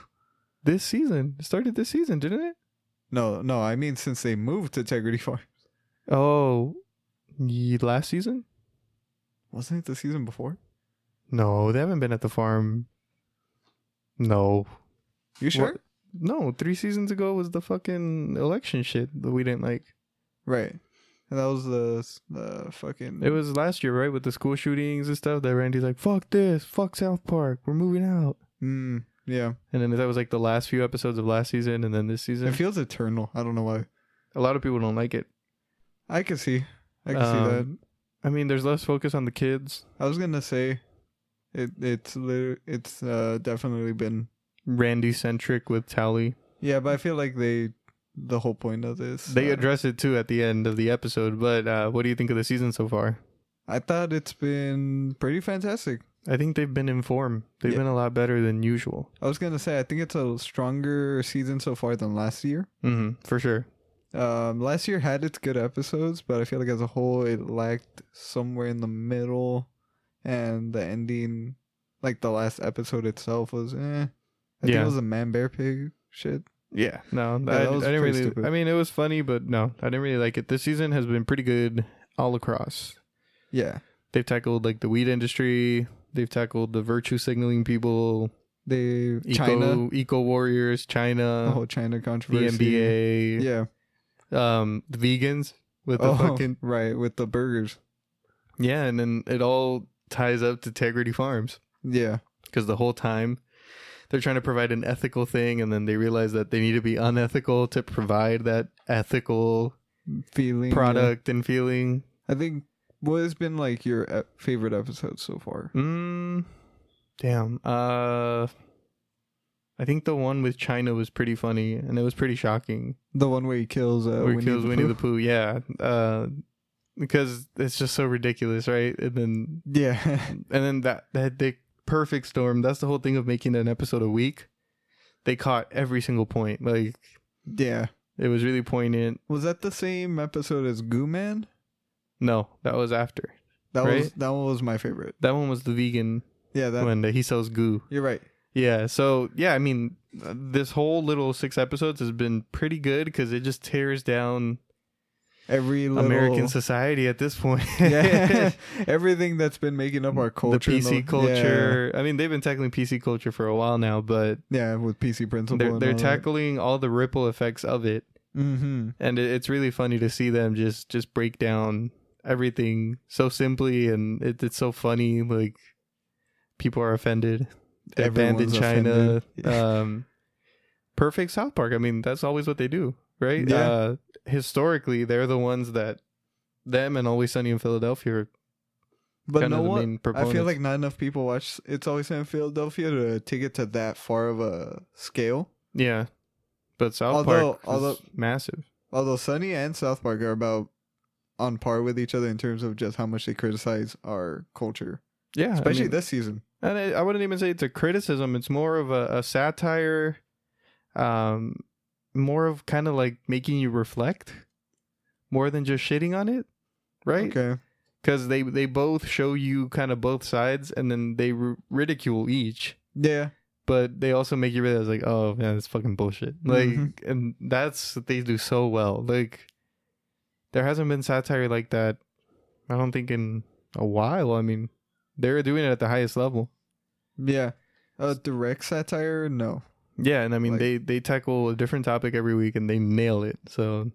This season it started this season, didn't it?
No, no. I mean, since they moved to Integrity Farm,
Oh, ye- last season?
wasn't it the season before?
No, they haven't been at the farm. No,
You sure?
What- no, three seasons ago was the fucking election shit that we didn't like.
Right. And that was the the fucking.
It was last year, right, with the school shootings and stuff. That Randy's like, "Fuck this, fuck South Park, we're moving out."
Mm, yeah.
And then that was like the last few episodes of last season, and then this season.
It feels eternal. I don't know why.
a lot of people don't like it.
I could see. I could see that.
Um, I mean, there's less focus on the kids.
I was gonna say, it it's lit- it's uh, definitely been
Randy centric with Tally.
yeah, but I feel like they the whole point of this
They
uh,
address it too at the end of the episode. But uh, what do you think of the season so far?
I thought it's been pretty fantastic.
I think they've been informed. They've
Yeah.
been a lot better than usual.
I was gonna say I think it's a stronger season so far than last year.
hmm for sure.
Um, last year had its good episodes, but I feel like as a whole it lacked somewhere in the middle, and the ending, like the last episode itself was eh. I think it
Yeah.
was a man bear pig shit.
Yeah. No, I,
that was
I didn't
pretty
really.
stupid.
I mean, it was funny, but no, I didn't really like it. This season has been pretty good all across.
Yeah,
They've tackled like the weed industry. They've tackled the virtue signaling people,
they
eco uh,
China Oh,
eco warriors,
the
China,
whole China
the
controversy.
NBA,
Yeah.
um the vegans with the
oh,
fucking
right with the burgers.
yeah and then it all ties up to integrity farms
Yeah.
because the whole time they're trying to provide an ethical thing and then they realize that they need to be unethical to provide that ethical
Feeling yeah.
product and feeling
I think what has been like your e- favorite episode so far?
mm, damn uh i think the one with china was pretty funny and it was pretty shocking
The one where he kills uh,
where he kills winnie the
Pooh?
pooh yeah uh because it's just so ridiculous right and then
Yeah.
and then that that the perfect storm. That's the whole thing of making an episode a week. They caught every single point. Like
yeah.
it was really poignant.
Was that the same episode as Goo Man?
No, that was after.
That was
Right?
that one was my favorite.
That one was the vegan
Yeah, that
when he sells goo.
you're right.
Yeah. So yeah, I mean, uh, this whole little six episodes has been pretty good because it just tears down
Every little
American society at this point.
yeah, everything that's been making up our
The
culture, and
PC culture. I mean, they've been tackling PC culture for a while now, but
Yeah, yeah, with PC principle.
they're,
and
they're
all
tackling all the ripple effects of it.
That. Mm-hmm.
and it, it's really funny to see them just just break down everything so simply and it, it's so funny like people are offended they abandoned
Everyone's
china
offended.
um perfect south park i mean that's always what they do right
Yeah.
uh historically they're the ones that them and always sunny in philadelphia are
But
kind
no
of the
one.
main
I
proponents
feel like not enough people watch It's Always Sunny in Philadelphia to take it to that far of a scale.
yeah but south
Although-
park
although-
is massive
Although Sunny and South Park are about on par with each other in terms of just how much they criticize our culture,
yeah I
especially
mean-
this season.
and I, I wouldn't even say it's a criticism it's more of a, a satire um more of kind of like making you reflect more than just shitting on it right
Okay.
because they they both show you kind of both sides, and then they r- ridicule each,
Yeah.
but they also make you realize like, oh man, that's fucking bullshit. Like,
Mhm.
and that's what they do so well. Like, there hasn't been satire like that. I don't think in a while. I mean, they're doing it at the highest level.
Yeah. Uh, direct satire? No.
Yeah, and I mean
Like-
they they tackle a different topic every week and they nail it. So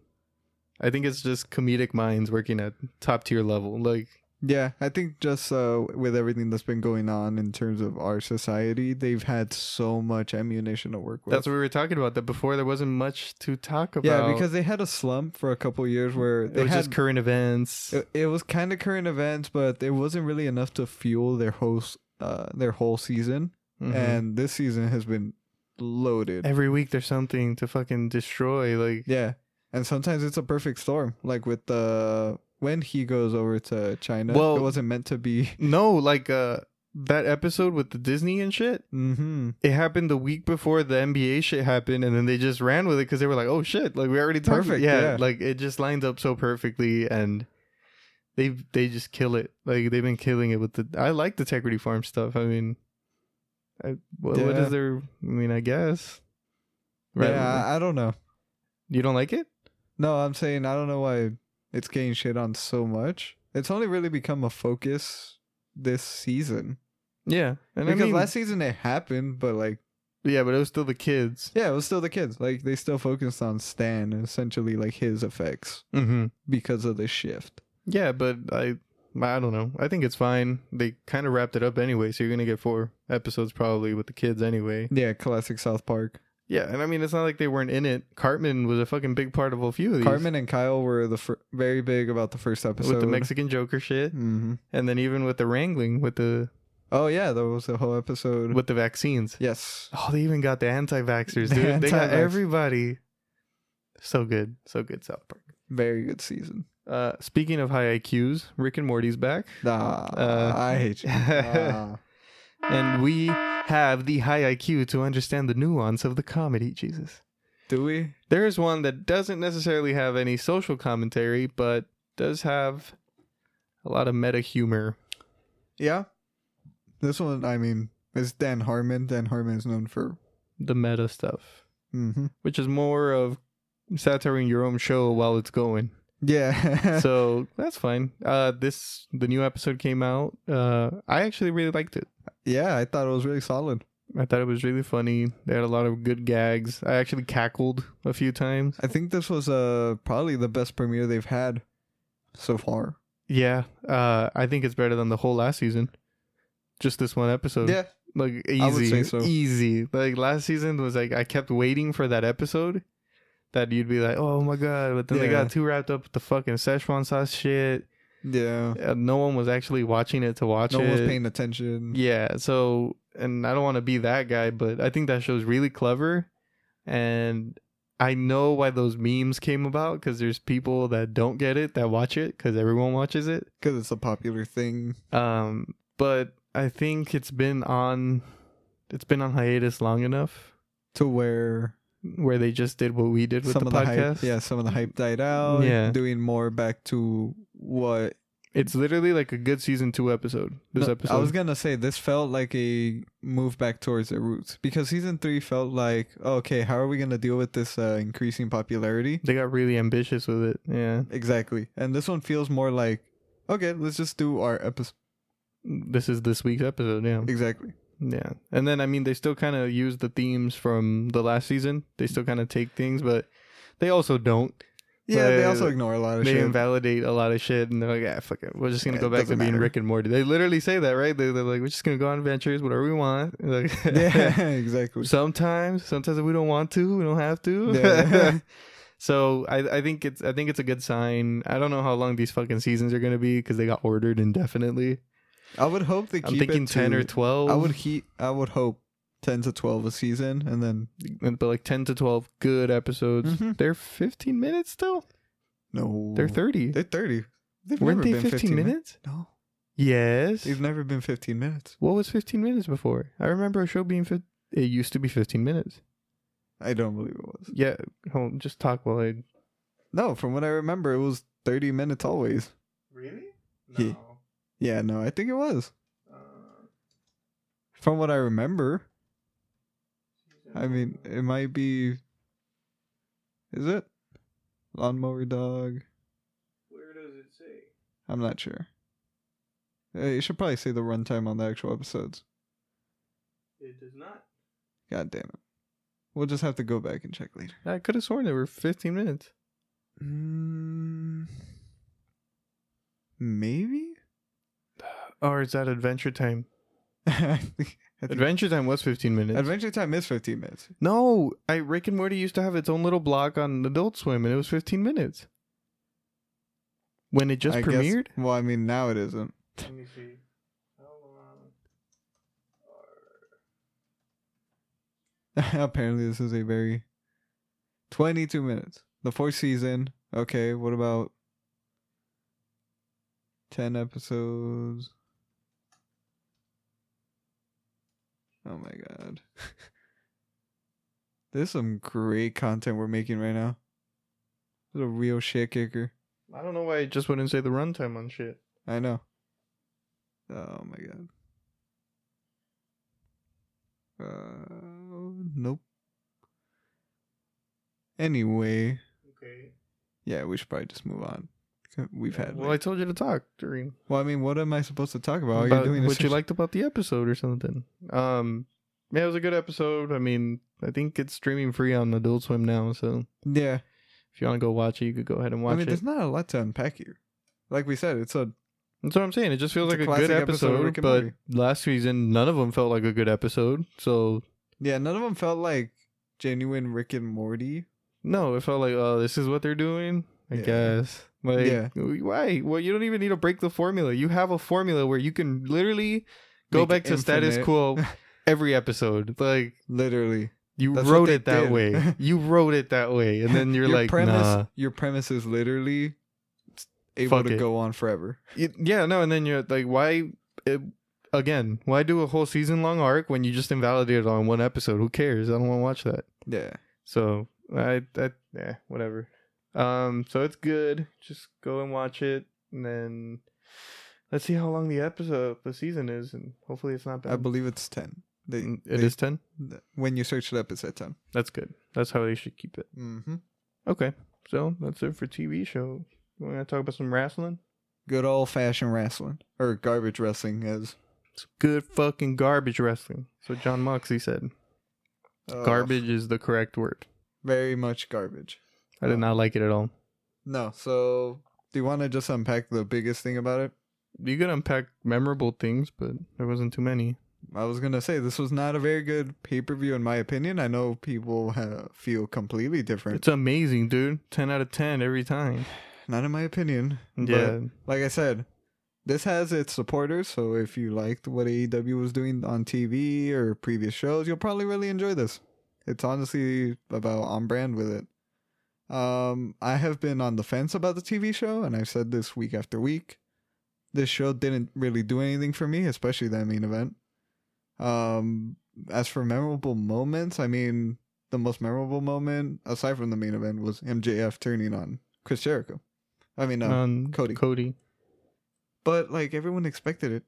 I think it's just comedic minds working at top tier level. Like
Yeah, I think just uh, with everything that's been going on in terms of our society, they've had so much ammunition to work with.
that's what we were talking about. That before there wasn't much to talk about.
yeah, because they had a slump for a couple years where
it
they
was
had Uh,
just current events.
it, it was kind of current events, but it wasn't really enough to fuel their host uh, their whole season.
Mhm.
And this season has been loaded.
every week there's something to fucking destroy. Like
yeah, and sometimes it's a perfect storm, like with the when he goes over to China.
Well-
it wasn't meant to be.
no, like uh that episode with the Disney and shit.
hmm
It happened the week before the NBA shit happened, and then they just ran with it because they were like, "Oh shit!" Like we already talked.
Perfect, yeah.
like it just lined up so perfectly, and they they just kill it. Like they've been killing it with the. I like the Tegrity Farm stuff. I mean, I, what, what
Yeah.
is there? I mean, I guess. Right.
Yeah, I, I don't know.
you don't like it?
No, I'm saying I don't know why it's getting shit on so much. It's only really become a focus this season.
Yeah, and
because
I mean,
last season it happened, but like,
yeah, but it was still the kids.
yeah, it was still the kids. Like, they still focused on Stan and essentially like his effects
Mm-hmm.
because of the shift.
Yeah, but I. I don't know. I think it's fine. They kind of wrapped it up anyway, so you're gonna get four episodes probably with the kids anyway.
Yeah, classic South Park.
Yeah, and I mean it's not like they weren't in it. Cartman was a fucking big part of a few of these.
Carmen and Kyle were the fir- very big about the first episode.
with the Mexican Joker shit,
hmm
and then even with the wrangling with the
Oh, yeah, that was the whole episode.
with the vaccines.
yes.
Oh, they even got the anti-vaxxers, dude.
The
They got
anti-vax-
everybody. So good, so good. South Park.
Very good season.
Uh, speaking of high IQs, Rick and Morty's back,
Nah,
Uh,
I hate you. Nah.
and we have the high IQ to understand the nuance of the comedy. Jesus.
Do we?
There is one that doesn't necessarily have any social commentary, but does have a lot of meta humor.
Yeah. This one, I mean, is Dan Harmon. Dan Harmon is known for.
The meta stuff,
Mm-hmm.
which is more of satiring your own show while it's going.
Yeah.
so that's fine. Uh, this the new episode came out. Uh, I actually really liked it.
yeah, I thought it was really solid.
I thought it was really funny. They had a lot of good gags. I actually cackled a few times.
I think this was uh probably the best premiere they've had so far.
Yeah, uh, I think it's better than the whole last season. Just this one episode.
Yeah.
like easy,
I would say so.
easy. Like last season was like I kept waiting for that episode that you'd be like, oh my god, but then they
Yeah.
got too wrapped up with the fucking Szechuan sauce shit.
Yeah.
Uh, no one was actually watching it to watch
No
it.
one was paying attention.
yeah, so and I don't want to be that guy, but I think that show's really clever, and I know why those memes came about because there's people that don't get it that watch it because everyone watches it.
Because it's a popular thing.
Um, but I think it's been on it's been on hiatus long enough
To where
where they just did what we did with
some
the
of the
podcast.
hype, yeah, some of the hype died out.
Yeah.
doing more back to what
It's literally like a good season two episode. This
No,
episode.
I was gonna say this felt like a move back towards the roots because season three felt like okay, how are we gonna deal with this uh, increasing popularity?
they got really ambitious with it. Yeah.
Exactly, and this one feels more like okay, let's just do our episode.
This is this week's episode, yeah.
Exactly,
Yeah. And then I mean they still kinda use the themes from the last season. They still kinda take things, but they also don't.
yeah. they
But
also ignore a lot of
They
shit.
invalidate a lot of shit and they're like, ah, fuck it. We're just gonna
Yeah,
go
it
back to
doesn't
being
matter.
Rick and Morty. They literally say that, right? They, they're like, we're just gonna go on adventures, whatever we want. Like,
yeah, exactly.
sometimes sometimes if we don't want to we don't have to
Yeah.
so I, I think it's i think it's a good sign i don't know how long these fucking seasons are going to be because they got ordered indefinitely
I would hope they
i'm
keep
thinking
it
10 or
to-
12
I would he. I would hope ten to twelve a season, and then
but like 10 to 12 good episodes
Mhm.
they're 15 minutes still
no,
they're 30
They're thirty. They've
weren't
never
they
been
15, minutes
No,
yes
they've never been fifteen minutes.
what was 15 minutes before i remember a show being 15 it used to be 15 minutes
I don't believe it was.
yeah hold, just talk while i
No, from what I remember, it was 30 minutes always.
really
No. Yeah, no, I think it was.
Uh,
From what I remember, I mean, it might be. Is it? Lawnmower Dog?
where does it say?
I'm not sure. Uh, You should probably say the runtime on the actual episodes.
It does not.
God damn it. We'll just have to go back and check later.
I could have sworn they were 15 minutes.
Mm, maybe?
Or is that Adventure Time?
I think- I think-
Adventure Time was 15 minutes.
Adventure Time is 15 minutes.
no, I Rick and Morty used to have its own little blog on Adult Swim, and it was 15 minutes. When it just
I guess-
premiered?
well, I mean, now it isn't.
Let me see. How long?
Apparently, this is a very 22 minutes. The fourth season. Okay, what about 10 episodes? Oh my god. There's some great content we're making right now. This is a real shit kicker.
I don't know why it just wouldn't say the runtime on shit.
I know. Oh my god. Uh, nope. Anyway,
Okay.
yeah, we should probably just move on. We've had.
Well, I
like-
told you to talk, Dream.
well, I mean, what am I supposed to talk about? All
about
you're doing
what
is
you liked about the episode or something. Um, yeah, it was a good episode. I mean, I think it's streaming free on Adult Swim now, so
Yeah,
if you want to go watch it, you could go ahead and
I
watch
mean,
it.
there's not a lot to unpack here. Like we said, it's a
That's what I'm saying. It just feels
It's a
like a good
classic episode of
episode,
Rick and
but
Morty.
last season none of them felt like a good episode. So
yeah. None of them felt like genuine Rick and Morty.
no, it felt like oh, this is what they're doing. I
Yeah.
guess. Like
Yeah.
why? Well, you don't even need to break the formula. You have a formula where you can literally go
Make
back
it
to status
infinite.
quo every episode. Like
Literally,
you
That's what
wrote
they
it that
did.
way. you wrote it that way, and then you're
your
like,
premise,
nah.
your premise is literally able
Fuck
to
it.
go on forever.
It- yeah, no. And then you're like, why? It, again, why do a whole season long arc when you just invalidate it on one episode? Who cares? I don't want to watch that.
Yeah.
So I, I, yeah, whatever. Um, so it's good. Just go and watch it, and then let's see how long the episode, the season is, and hopefully it's not bad.
I believe it's ten. They,
Mm,
they,
it is ten.
when you search it up, it's at ten.
That's good. That's how they should keep it.
Mm-hmm.
Okay, so that's it for TV show. You want to talk about some wrestling?
Good old fashioned wrestling or garbage wrestling, as
It's good fucking garbage wrestling. So John Moxley said,
uh,
"Garbage is the correct word."
Very much garbage.
I did not like it at all.
No, so do you want to just unpack the biggest thing about it?
You could unpack memorable things, but there wasn't too many.
I was gonna say this was not a very good pay per view in my opinion. I know people uh, feel completely different.
It's amazing, dude. Ten out of ten every time.
Not in my opinion. but
Yeah,
like I said, this has its supporters. So if you liked what AEW was doing on TV or previous shows, you'll probably really enjoy this. It's honestly about on brand with it. Um, I have been on the fence about the TV show, and I've said this week after week. This show didn't really do anything for me, especially that main event. Um, as for memorable moments, I mean, the most memorable moment aside from the main event was MJF turning on Chris Jericho. I mean, uh,
um,
Cody.
Cody.
but like everyone expected it.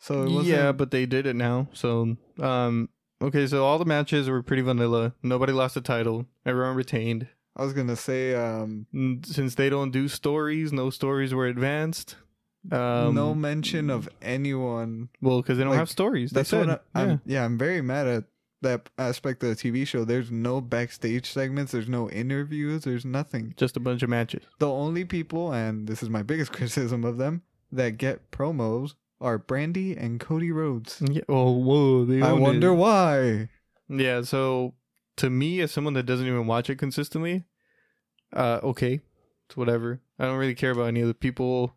So Oh, it wasn't,
Yeah, but they did it now. So, um, okay. So all the matches were pretty vanilla. Nobody lost the title. Everyone retained.
I was gonna say um,
N- Since they don't do stories, no stories were advanced. Um,
no mention of anyone.
Well, because they don't
Like,
have stories. They
That's
said,
what I,
yeah.
I'm. Yeah. I'm very mad at that aspect of the TV show. There's no backstage segments. There's no interviews. There's nothing.
just a bunch of matches.
The only people, and this is my biggest criticism of them, that get promos are Brandy and Cody Rhodes.
Yeah. Oh, whoa. They
I
owned
wonder
it.
why.
Yeah. So, to me, as someone that doesn't even watch it consistently, uh, okay, it's whatever. I don't really care about any of the people.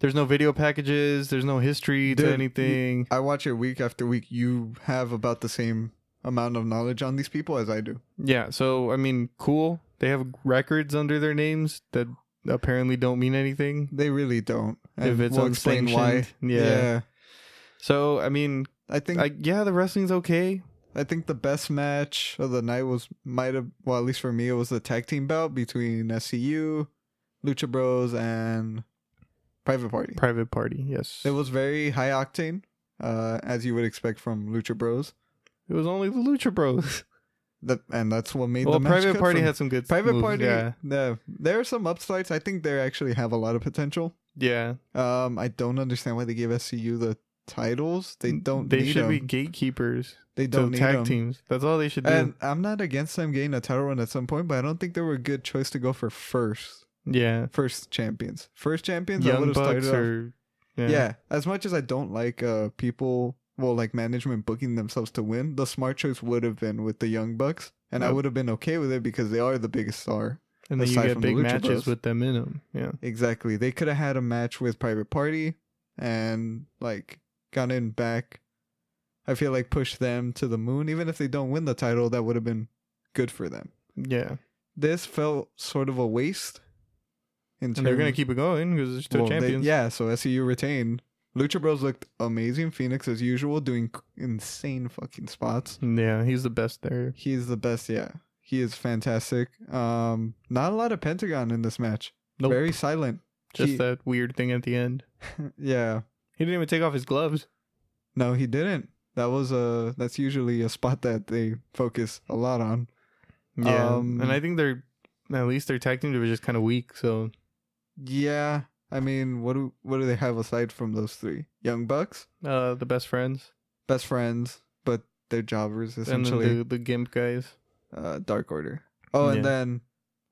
There's no video packages. There's no history
Dude,
to
you-
anything.
I watch it week after week. You have about the same amount of knowledge on these people as I do.
Yeah. So, I mean, cool. They have records under their names that apparently don't mean anything.
They really don't.
If it's unsanctioned, yeah. So, I mean,
I think I,
I, yeah, the wrestling's okay.
think the best match of the night was might have well at least for me it was the tag team bout between SCU, Lucha Bros, and Private Party.
Private Party. Yes,
It was very high octane, uh, as you would expect from Lucha Bros.
it was only the Lucha Bros.
That and that's what made
well,
the match
Private
good
Party
for me.
had some good
Private
moves,
Party.
Yeah,
yeah, there are some upstarts. I think they actually have a lot of potential.
yeah.
Um, I don't understand why they gave SCU the titles. They don't.
They
need
should be
'em.
gatekeepers
They
to
don't need
tag
'em.
teams. That's all they should do.
And I'm not against them getting a title run at some point, but I don't think they were a good choice to go for first,
yeah,
first champions, first champions. I would
Young
have started
Bucks
off-
or yeah.
yeah. As much as I don't like uh people, well, like management booking themselves to win, the smart choice would have been with the Young Bucks, and I
Yep.
would have been okay with it because they are the biggest star.
and then you
aside
get
from the
big
Lucha
matches
Bros.
with them in them. Yeah,
Exactly. They could have had a match with Private Party and like gotten back. I feel like push them to the moon. Even if they don't win the title, that would have been good for them.
yeah.
This felt sort of a waste.
And
In
they're
terms-
gonna keep it going because they're still
well, they-
champions.
yeah, so SCU retained. Lucha Bros looked amazing. Phoenix, as usual, doing c- insane fucking spots.
Mm, yeah. He's the best there.
He's the best. Yeah, he is fantastic. Um, not a lot of Pentagon in this match.
Nope.
Very silent.
Just
he-
that weird thing at the end.
Yeah.
He didn't even take off his gloves.
No, he didn't. That was a that's usually a spot that they focus a lot on.
Yeah,
Um,
and I think they're at least their tag team was just kind of weak. So
Yeah, I mean, what do what do they have aside from those three? Young Bucks,
uh, the best friends
best friends, but they're jobbers
and then
essentially.
the, the gimp guys.
uh, Dark Order. Oh, and
Yeah.
then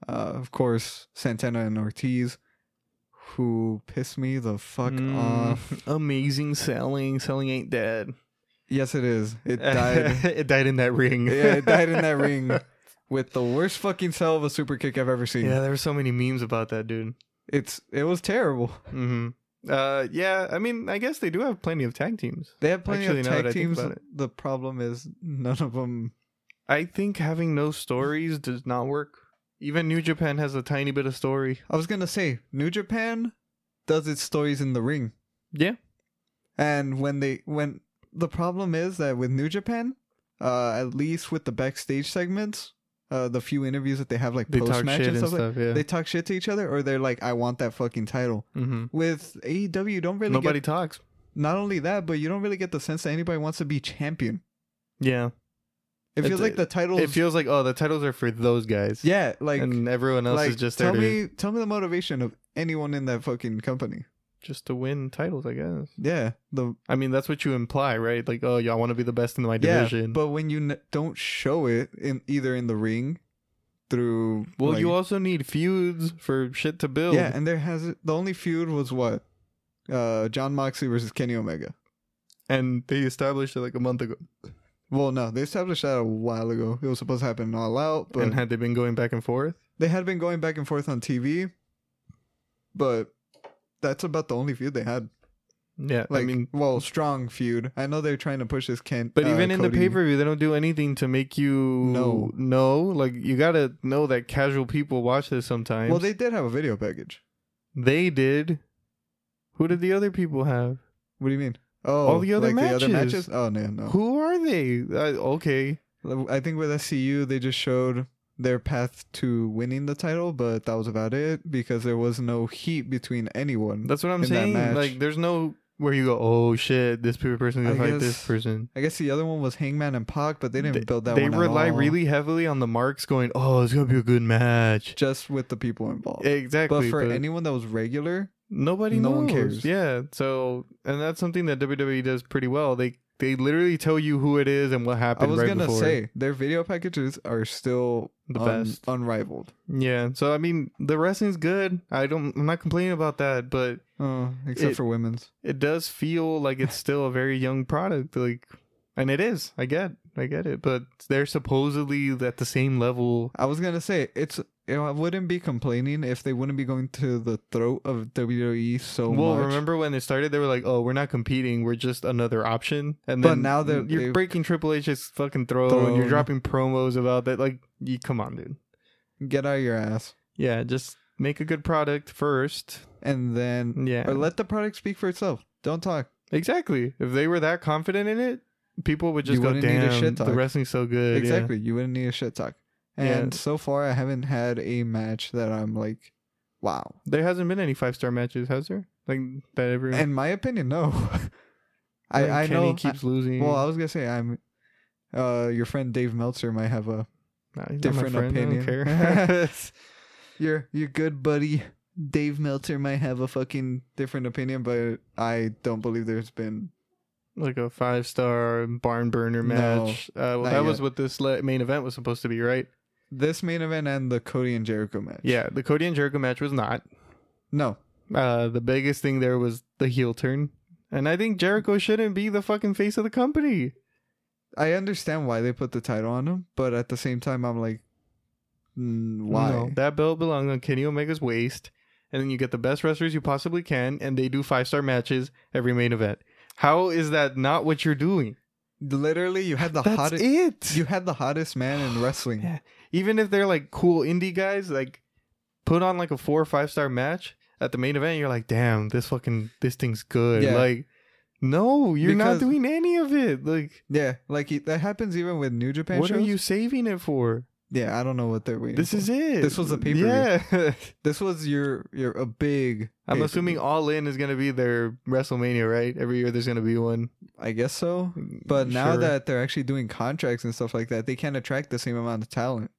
uh, of course Santana and Ortiz, who piss me the fuck
Mm,
off.
Amazing selling. Selling ain't dead.
Yes, it is. It died.
it died in that ring.
yeah, it died in that ring with the worst fucking sell of a super kick I've ever seen.
Yeah, there were so many memes about that dude.
It's it was terrible.
hmm Uh, yeah. I mean, I guess they do have plenty of tag teams.
They have plenty
Actually,
of
now that I
tag
think
teams.
about it.
The problem is none of them.
I think having no stories does not work. Even New Japan has a tiny bit of story.
I was gonna say New Japan does its stories in the ring,
Yeah.
and when they when the problem is that with New Japan, uh, at least with the backstage segments, uh, the few interviews that they have like
They
post
talk
match
shit
and
and
stuff,
stuff.
like,
yeah.
they talk shit to each other, or they're like, "I want that fucking title."
hmm
With AEW, you don't really
Nobody
get
talks.
not only that, but you don't really get the sense that anybody wants to be champion.
Yeah.
It feels
It's-
like the title.
It feels like oh, the titles are for those guys.
yeah, like
and everyone else is just there to
tell me tell me the motivation of anyone in that fucking company
just to win titles, I guess.
yeah the
I mean, that's what you imply, right? Like, oh, y'all want to be the best in my
yeah
division.
but when you n- don't show it in either in the ring through
well,
like-
you also need feuds for shit to build.
yeah and there has the only feud was what uh john moxley versus kenny omega
and they established it like a month ago.
well no they established that a while ago it was supposed to happen in all out but
and had they been going back and forth?
they had been going back and forth on tv but that's about the only feud they had
Yeah,
like
I mean,
well strong feud i know they're trying to push this Ken.
but
uh,
even in the
Cody-
pay per view, they don't do anything to make you
No.
know. Like, you gotta know that casual people watch this sometimes.
well they did have a video package
they did. Who did the other people have?
What do you mean? Oh,
the other matches.
Oh no, no.
Who are they? Uh, okay,
I think with SCU they just showed their path to winning the title, but that was about it because there was no heat between anyone.
that's what I'm
In that
saying.
match.
Like, there's no where you go. Oh shit, this person gonna
I
fight
guess
this person.
I guess the other one was Hangman and Pac, but they didn't build that.
they
one at
rely
all,
really heavily on the marks going oh it's gonna be a good match
just with the people involved.
exactly
but for anyone that was regular,
nobody
no
knows.
one cares.
yeah so and that's something that wwe does pretty well they they literally tell you who it is and what
I
happened
was
right
gonna
before.
say their video packages are still
The
un-
best.
unrivaled.
yeah so i mean the wrestling's good i don't i'm not complaining about that but
Oh, except
It-
for women's.
it does feel like it's still a very young product like and it is i get i get it but they're supposedly at the same level
I was gonna say it's. I wouldn't be complaining if they wouldn't be going to the throat of WWE so
well,
much.
remember when they started? They were like, "Oh, we're not competing. We're just another option." And
But
then
now they're-
you're
they've-
breaking Triple H's fucking throat. and
Throne.
You're dropping promos about that. Like, you, come on, dude.
get out of your ass
Yeah, just make a good product first.
and then
Yeah,
or let the product speak for itself don't talk
exactly. If they were that confident in it, people would just
You
go,
wouldn't need a
"Damn,
shit
the
talk."
wrestling's so good." Yeah.
exactly you wouldn't need a shit talk and
Yeah.
so far i haven't had a match that i'm like wow
There hasn't been any five star matches, has there? Like that everyone.
In my opinion, no. I
like,
I
Kenny
know.
keeps losing.
well, I was gonna say I'm. Uh, your friend Dave Meltzer might have a
Nah, he's not my
different
friend, I don't
opinion.
care.
your your good buddy Dave Meltzer might have a fucking different opinion, but I don't believe there's been.
like a five star barn burner
No,
match. uh, well,
not
that was
yet.
what this le- main event was supposed to be, right?
This main event and the Cody and Jericho match.
Yeah, the Cody and Jericho match was not.
No.
Uh, the biggest thing there was the heel turn, and I think Jericho shouldn't be the fucking face of the company.
I understand why they put the title on him, but at the same time, I'm like, mm, why?
No, that belt belongs on Kenny Omega's waist, and then you get the best wrestlers you possibly can, and they do five star matches every main event. How is that not what you're doing?
Literally, you had the
That's
hottest.
it.
You had the hottest man in wrestling.
Yeah. Even if they're like cool indie guys, like put on like a four or five star match at the main event, you're like, damn, this fucking this thing's good.
Yeah.
Like, no, you're
Because-
not doing any of it. Like,
Yeah, like it- that happens even with New Japan
what
shows.
are you saving it for?
Yeah, I don't know what they're waiting.
This
for.
is it.
This was the pay-per-view.
Yeah.
this was your your a big.
I'm
pay-per-view.
assuming All In is gonna be their WrestleMania, right? Every year there's gonna be one.
I guess so. But now
Sure.
that they're actually doing contracts and stuff like that, they can't attract the same amount of talent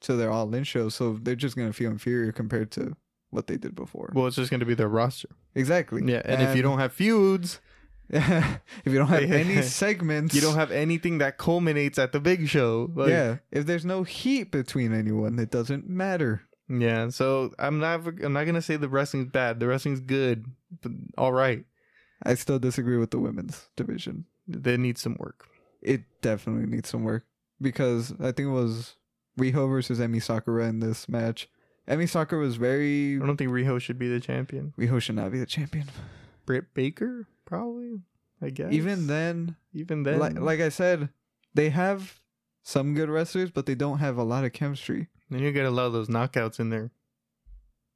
to their all in show. So they're just gonna feel inferior compared to what they did before.
well, it's just gonna be their roster.
exactly.
Yeah, and, if you don't have feuds,
if you don't have any segments,
you don't have anything that culminates at the big show. Like,
yeah, if there's no heat between anyone, it doesn't matter.
Yeah, so I'm not I'm not gonna say the wrestling's bad. The wrestling's good, but all right.
I still disagree with the women's division.
They need some work.
It definitely needs some work because I think it was Riho versus Emi Sakura in this match. Emi Sakura was very.
I don't think Riho should be the champion.
Riho should not be the champion.
Britt Baker, probably. I guess.
Even then,
even
li-
then,
like, I said, they have some good wrestlers, but they don't have a lot of chemistry.
then you get a lot of those knockouts in there.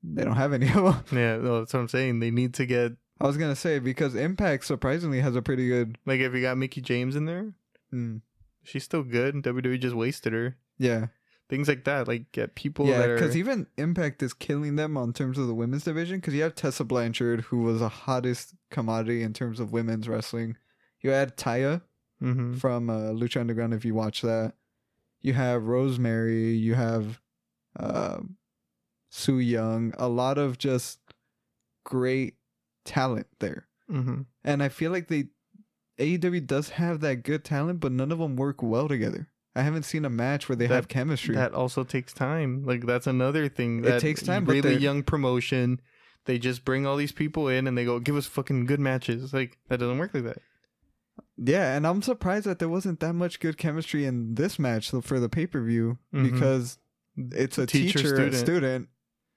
They don't have any of them.
Yeah, no, that's what I'm saying. They need to get
I was gonna say because Impact surprisingly has a pretty good.
like if you got Mickey James in there,
Mm,
she's still good. WWE just wasted her.
yeah,
Things like that, like get people
yeah,
that are.
because even Impact is killing them on terms of the women's division. Because you have Tessa Blanchard, who was the hottest commodity in terms of women's wrestling. You had Taya
Mhm.
from uh, Lucha Underground, if you watch that. You have Rosemary. You have um Sue Young. A lot of just great talent there,
Mhm.
and I feel like they AEW does have that good talent, but none of them work well together. I haven't seen a match where they
That-
have chemistry.
That also takes time. Like that's another thing.
It
That
takes time, but
Really
they're-
young promotion. They just bring all these people in and they go, give us fucking good matches. Like that doesn't work like that.
Yeah, and I'm surprised that there wasn't that much good chemistry in this match though, for the pay per view
Mhm.
because it's a teacher, student. student.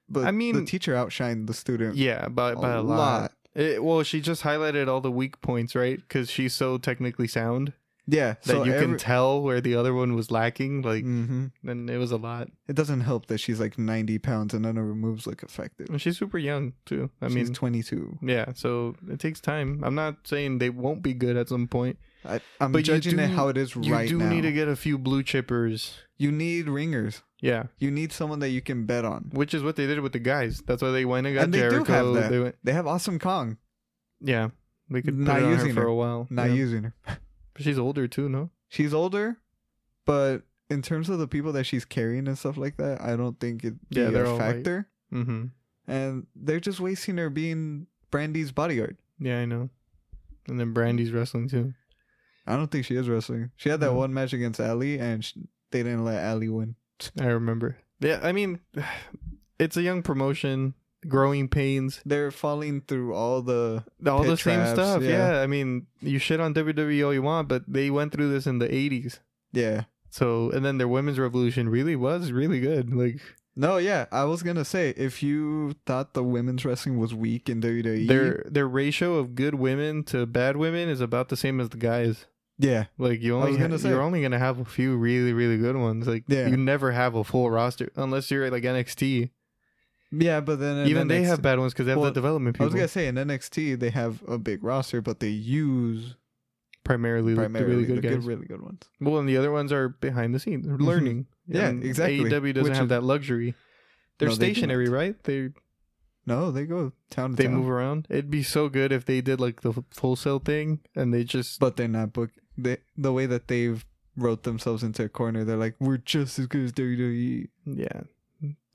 But
I
I
mean-
mean, the teacher outshined the student.
Yeah, by by a,
A
lot.
lot.
It- well, she just highlighted all the weak points, right? Because she's so technically sound
yeah.
that
so
you can
every-
tell where the other one was lacking. Like,
Mhm.
and it was a lot.
It doesn't help that she's like 90 pounds and none of her moves look effective.
And she's super young too. I
she's
mean,
22.
yeah. So it takes time. I'm not saying they won't be good at some point.
I, I'm
But you
judging it
do-
how it is
You
right
do
now.
need to get a few blue chippers.
you need ringers.
Yeah.
You need someone that you can bet on.
which is what they did with the guys. That's why they went and got
And they do
Jericho.
have that.
They went,
They have Awesome Kong.
yeah, they could
Not
put it on her
using
for
her.
a while.
Not
yeah.
using her.
But she's older too, no?
she's older, but in terms of the people that she's carrying and stuff like that, I don't think it be
Yeah, they're
a
all, like-
factor.
Mm-hmm.
And they're just wasting her being Brandy's bodyguard.
Yeah, I know. And then Brandy's wrestling too.
I don't think she is wrestling. She had that
No.
one match against Ali, and sh they didn't let Ali win.
I remember. Yeah, I mean, it's a young promotion, growing pains,
They're falling through all the
all
Pit
the same
traps,
stuff.
yeah.
Yeah. I mean, you shit on WWE all you want, but they went through this in the '80s.
yeah.
So, and then their women's revolution really was really good. Like
No, yeah, I was gonna say if you thought the women's wrestling was weak in E, WWE,
their their ratio of good women to bad women is about the same as the guys.
yeah,
Like you
I
only
was gonna
ha-
say.
you're only gonna have a few really really good ones. Like
Yeah.
you never have a full roster unless you're like NXT.
yeah, but then in
Even they
NXT
have bad ones because they have
Well,
the development
I
people
was gonna say in NXT they have a big roster, but they use
primarily, the-
primarily
the really good
the
guys.
good, really good ones.
well, and the other ones are behind the scenes they're learning.
Yeah,
And
exactly.
AEW doesn't
Which
have
is-
that luxury. They're
No, they do
stationary, right? They
No, they go town to
They
town.
move around. It'd be so good if they did like the f- wholesale thing and they just
but they're not book. They, the way that they've wrote themselves into a corner, they're like, we're just as E." good as WWE.
yeah.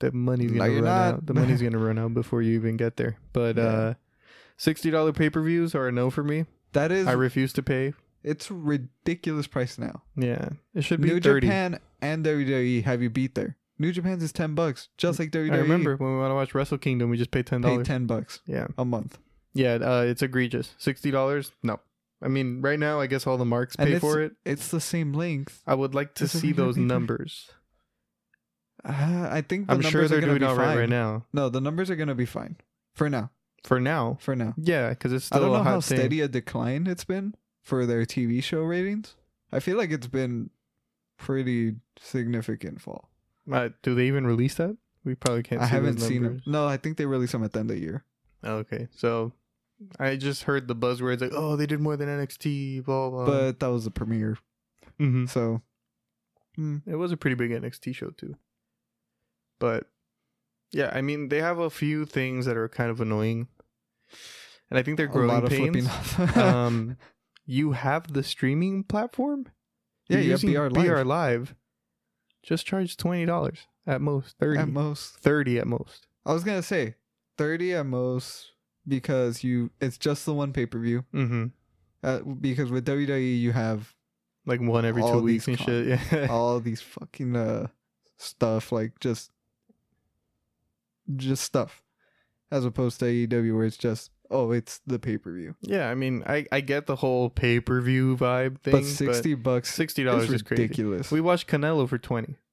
The money's
No,
gonna
you're
run
not.
out. The money's gonna run out before you even get there. But
Yeah.
uh sixty dollar pay per views are a no for me.
That is,
I refuse to pay.
it's ridiculous price now.
Yeah. It should be
New
thirty.
Japan and WWE have you beat there. New Japan's is ten bucks, just like WWE.
I remember when we want to watch Wrestle Kingdom, we just pay ten
pay
dollars.
ten bucks
Yeah,
a month,
yeah, uh, it's egregious. Sixty dollars? No. I mean, right now, I guess all the marks
And
pay for it.
It's the same length.
I would like to
It's a
see
regular
those
pay-per-view.
numbers.
Uh, I think the
I'm
numbers
sure
are
they're
gonna
doing
be
all right
fine.
right now.
No, the numbers are gonna be fine for now.
For now,
For now,
yeah, because it's
I
still
don't know
a hot
how
thing.
steady a decline it's been for their TV show ratings. I feel like it's been pretty significant fall.
Uh, do they even release that? We probably can't.
I
see those
haven't seen them.
numbers.
No, I think they released them at the end of the year.
Okay, so I just heard the buzzwords like, "Oh, they did more than NXT." Blah blah.
but that was the premiere,
Mhm.
so
It was a pretty big NXT show too. But yeah, I mean they have a few things that are kind of annoying. And I think they're
a
growing
lot of flipping
pains.
off.
um you have the streaming platform?
yeah,
You're
you have
using
BR Live
BR Live. Just charge twenty dollars at most. Thirty.
at most.
Thirty at most.
I was gonna say thirty at most because you it's just the one pay per view.
Mm-hmm.
Uh, because with WWE you have
Like one every
All
two
these
weeks and
con-
shit. Yeah.
all these fucking uh stuff like just just stuff, as opposed to AEW where it's just oh it's the pay per view.
yeah, I mean I, I get the whole pay per view vibe thing.
But sixty bucks
sixty
is
dollars is crazy.
ridiculous.
We watched Canelo for twenty.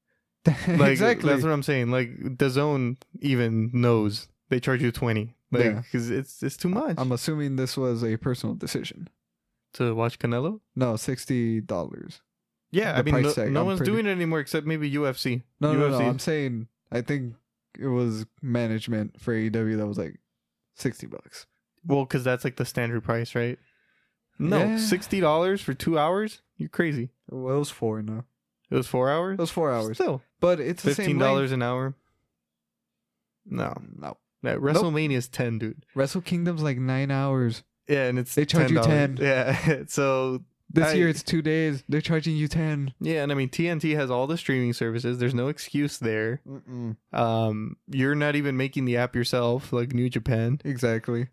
Like,
exactly.
That's what I'm saying. Like the zone even knows they charge you twenty. Like
Yeah.
'cause it's it's too much
I'm assuming this was a personal decision.
to watch Canelo.
No, sixty dollars.
Yeah,
The
I mean,
price
no,
tag,
no
I'm
one's
pretty-
doing it anymore except maybe UFC.
No, no, no.
UFC
I'm saying I think it was management for AEW that was like sixty bucks.
well, because that's like the standard price, right? No,
Yeah.
sixty dollars for two hours. You're crazy.
Well, it was four. No,
It was four hours.
it was four hours.
Still,
But it's the
fifteen
same
dollars
dollars.
an hour. No,
No,
that WrestleMania is ten, dude.
Wrestle Kingdom's like nine hours.
Yeah, and it's
They charge you
$10. Yeah, so
This
I-
year it's two days. They're charging you ten.
yeah, and I mean TNT has all the streaming services. There's no excuse there.
Mm-mm.
um you're not even making the app yourself like new japan
Exactly.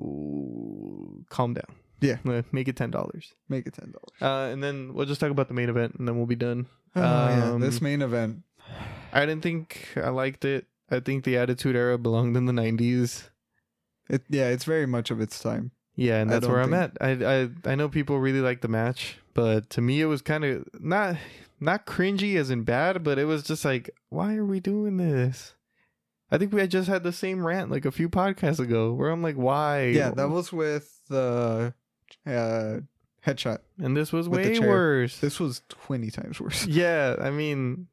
so calm down
Yeah.
Uh, make it ten dollars
Make it ten dollars.
uh and then we'll just talk about the main event and then we'll be done
yeah,
Um,
this main event.
i didn't think i liked it i think the attitude era belonged in the 90s
It, yeah, it's very much of its time.
yeah and
I
that's
don't
where i'm at
think-
I, I i know people really like the match but to me it was kind of not not cringy as in bad but it was just like why are we doing this I think we had just had the same rant like a few podcasts ago where I'm like, why?
Yeah, that was with the uh, headshot.
And this was
With the
way
chair.
worse.
This was twenty times worse.
yeah, I mean,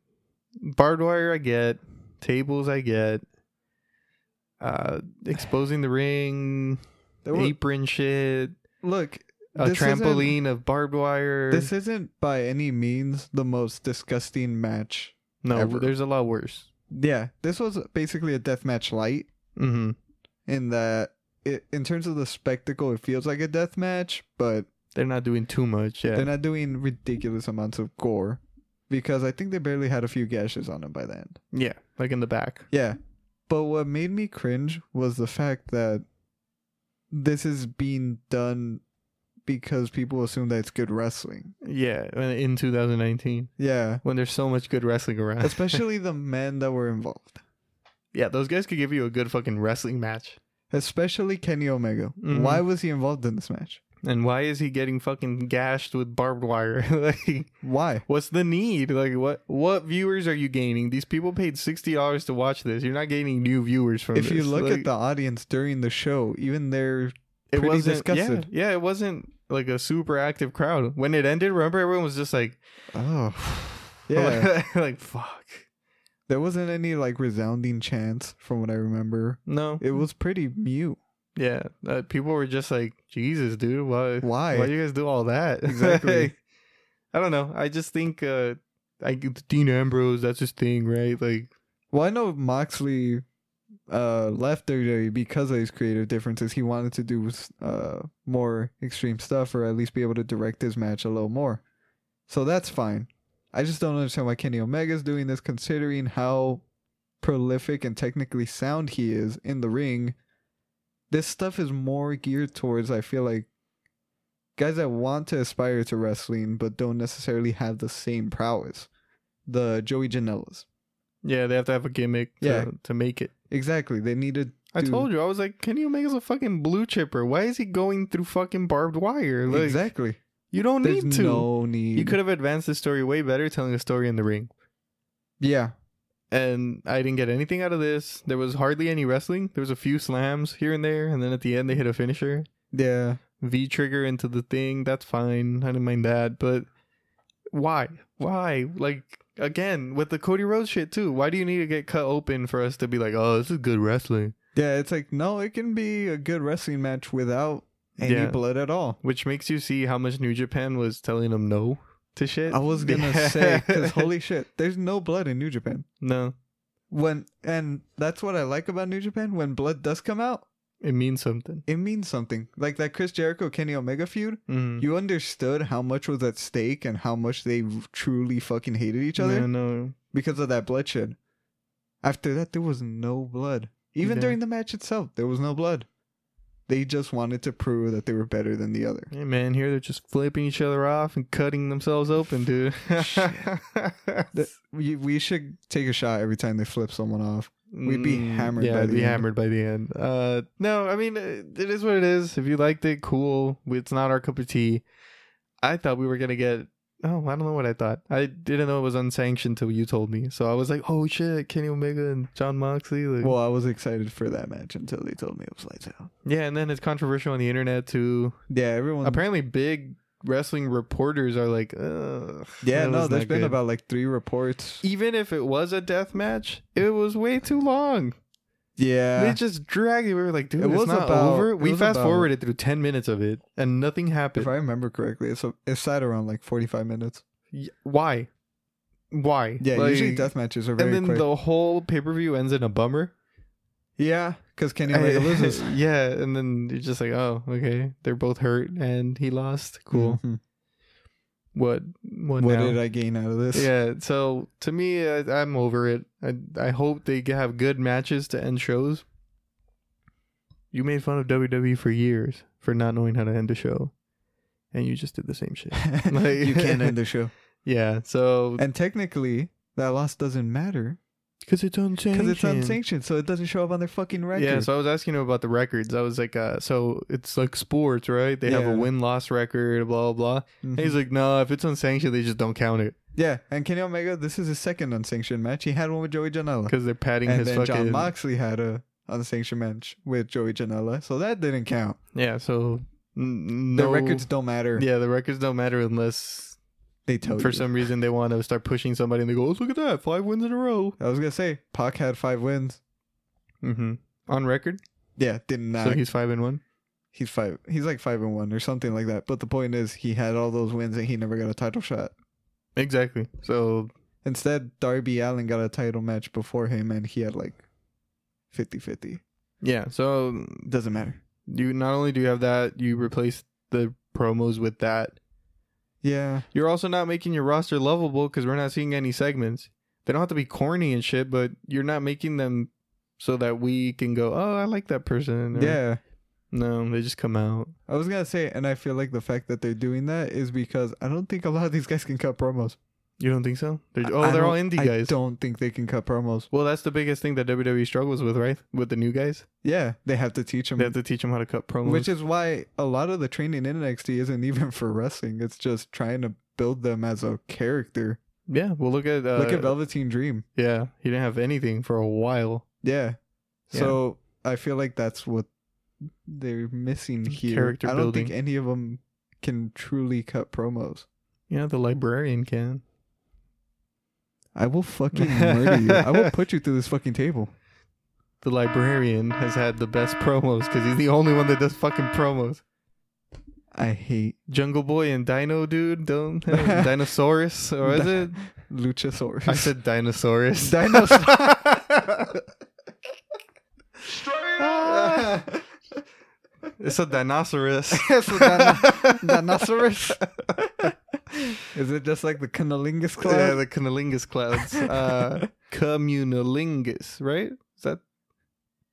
barbed wire I get, tables I get, uh, exposing the ring,
There were-
apron shit,
look,
a
this isn't-
trampoline of barbed wire.
This isn't by any means the most disgusting match.
no,
ever.
there's a lot worse.
Yeah, this was basically a deathmatch light
Mm-hmm.
in that it, in terms of the spectacle, it feels like a deathmatch, but
They're not doing too much. Yeah,
they're not doing ridiculous amounts of gore because I think they barely had a few gashes on them by the end.
yeah, like in the back.
Yeah. But what made me cringe was the fact that this is being done because people assume that it's good wrestling.
Yeah, uh, in 2019
Yeah.
when there's so much good wrestling around.
Especially the men that were involved.
yeah, those guys could give you a good fucking wrestling match.
especially Kenny Omega.
Mhm.
Why was he involved in this match?
And why is he getting fucking gashed with barbed wire? like.
Why?
What's the need? Like what what viewers are you gaining? These people paid sixty dollars to watch this. You're not gaining new viewers from
If you
this.
look
Like,
at the audience during the show, even their
it
pretty
wasn't
disgusted.
Yeah, yeah, it wasn't like a super active crowd. When it ended, remember everyone was just like
oh yeah,
like fuck.
there wasn't any like resounding chants from what I remember.
No.
It was pretty mute.
yeah. Uh, people were just like, Jesus, dude, why
Why?
why do you guys do all that?
Exactly.
I don't know. I just think uh I Dean Ambrose, that's his thing, right? Like
Well, I know Moxley uh, left WWE because of his creative differences. He wanted to do uh, more extreme stuff or at least be able to direct his match a little more. So that's fine. I just don't understand why Kenny Omega's doing this considering how prolific and technically sound he is in the ring. This stuff is more geared towards, I feel like, guys that want to aspire to wrestling but don't necessarily have the same prowess. The Joey Janela's.
Yeah, they have to have a gimmick to,
Yeah.
to make it.
Exactly. They needed.
I told you, I was like, Kenny Omega's a fucking blue chipper. Why is he going through fucking barbed wire? Like,
exactly.
You don't
There's
need to.
no need.
you could have advanced the story way better telling a story in the ring.
Yeah.
And I didn't get anything out of this. There was hardly any wrestling. There was a few slams here and there, and then at the end they hit a finisher.
Yeah.
V trigger into the thing. That's fine. I didn't mind that. But why? Why? Like again with the Cody Rhodes shit too. Why do you need to get cut open for us to be like, oh, this is good wrestling?
Yeah. It's like no, it can be a good wrestling match without any
Yeah.
blood at all.
Which makes you see how much New Japan was telling them no to shit.
I was gonna
Yeah.
'cause say because holy shit, there's no blood in New Japan.
no,
When and that's what I like about New Japan. When blood does come out,
it means something.
it means something. Like that Chris Jericho Kenny Omega feud.
Mm.
You understood how much was at stake and how much they truly fucking hated each other.
Yeah, no.
because of that bloodshed. After that, there was no blood. Even
Yeah.
during the match itself, there was no blood. They just wanted to prove that they were better than the other.
Hey man, here they're just flipping each other off and cutting themselves open, dude.
That- we, we should take a shot every time they flip someone off. We'd be
Mm,
hammered
Yeah,
by
we'd
the
be
end.
hammered by the end. Uh, no, I mean it it is what it is. If you liked it, cool. It's not our cup of tea. I thought we were gonna get. Oh, I don't know what I thought. I didn't know it was unsanctioned till you told me. So I was like, oh shit, Kenny Omega and John Moxley. Like,
Well, I was excited for that match until they told me it was lights out.
yeah, and then it's controversial on the internet too.
Yeah, everyone.
Apparently, big wrestling reporters are like, Ugh,
yeah,
that
no,
was
there's
not
been
good.
about like three reports.
Even if it was a death match, it was way too long. They
Yeah,
just dragged it. We were like, dude,
It
it's
was
not
about-
over.
it
We
was
fast
about-
forwarded through 10 minutes of it and nothing happened.
if I remember correctly, it's it's sat around like 45 minutes.
Y- Why? Why?
Yeah,
Like,
usually death matches are very
And then
quick.
the whole pay per view ends in a bummer.
yeah, because Kenny Omega loses.
yeah, and then you're just like, oh, okay. They're both hurt and he lost. Cool.
Mhm.
What? What,
What
now?
did I gain out of this?
Yeah, so to me, I, I'm over it. I, I hope they g- have good matches to end shows. You made fun of WWE for years for not knowing how to end a show, and you just did the same shit. Like-
you can't end the show.
Yeah, so
And technically, that loss doesn't matter
because it's unsanctioned.
because it's unsanctioned, so it doesn't show up on their fucking record.
Yeah, so I was asking him about the records. I was like, uh, so it's like sports, right? They have
Yeah.
a win loss record, blah blah blah.
Mhm.
And he's like, no, if it's unsanctioned, they just don't count it
yeah, and Kenny Omega, this is his second unsanctioned match. He had one with Joey Janela,
because they're padding
and
his
then
fucking.
John Moxley had a unsanctioned match with Joey Janela, so that didn't count.
yeah, so n-
The
no
records don't matter.
Yeah, the records don't matter unless
They tell
for
you.
some reason they want to start pushing somebody and they go, oh, look at that, five wins in a row.
I was gonna say Pac had five wins.
Mm-hmm. On record,
Yeah, did not.
so he's five and one.
he's five. He's like five and one or something like that. But the point is, he had all those wins and he never got a title shot.
Exactly. So
Instead, Darby Allen got a title match before him and he had like 50 50.
yeah, so
Doesn't matter.
you not only do you have that, you replace the promos with that.
Yeah.
You're also not making your roster lovable because we're not seeing any segments. They don't have to be corny and shit, but you're not making them so that we can go, oh, I like that person. or-
Yeah.
No, they just come out.
I was going to say, and I feel like the fact that they're doing that is because I don't think a lot of these guys can cut promos.
You don't think so? They're, oh,
I
they're all
don't-
indie
I
guys.
don't think they can cut promos.
Well, that's the biggest thing that WWE struggles with, right? With the new guys.
Yeah. They have to teach them.
They have to teach them how to cut promos.
which is why a lot of the training in NXT isn't even for wrestling. It's just trying to build them as a character.
yeah, well, look at uh,
Look at Velveteen Dream.
yeah, he didn't have anything for a while.
Yeah.
Yeah.
So I feel like that's what they're missing here.
Character
I don't
building.
think any of them can truly cut promos.
Yeah, the librarian can.
I will fucking murder you. I will put you through this fucking table.
The librarian has had the best promos because he's the only one that does fucking promos.
I hate
Jungle Boy and Dino Dude, don't Dinosaurus or is it?
Luchasaurus.
I said Dinosaurus.
dinosaur.
It's a dinoceros.
It's a dino- dinoceros? Is it just like the cunnilingus cloud?
Yeah, the cunnilingus clouds. Uh, communalingus, right? Is that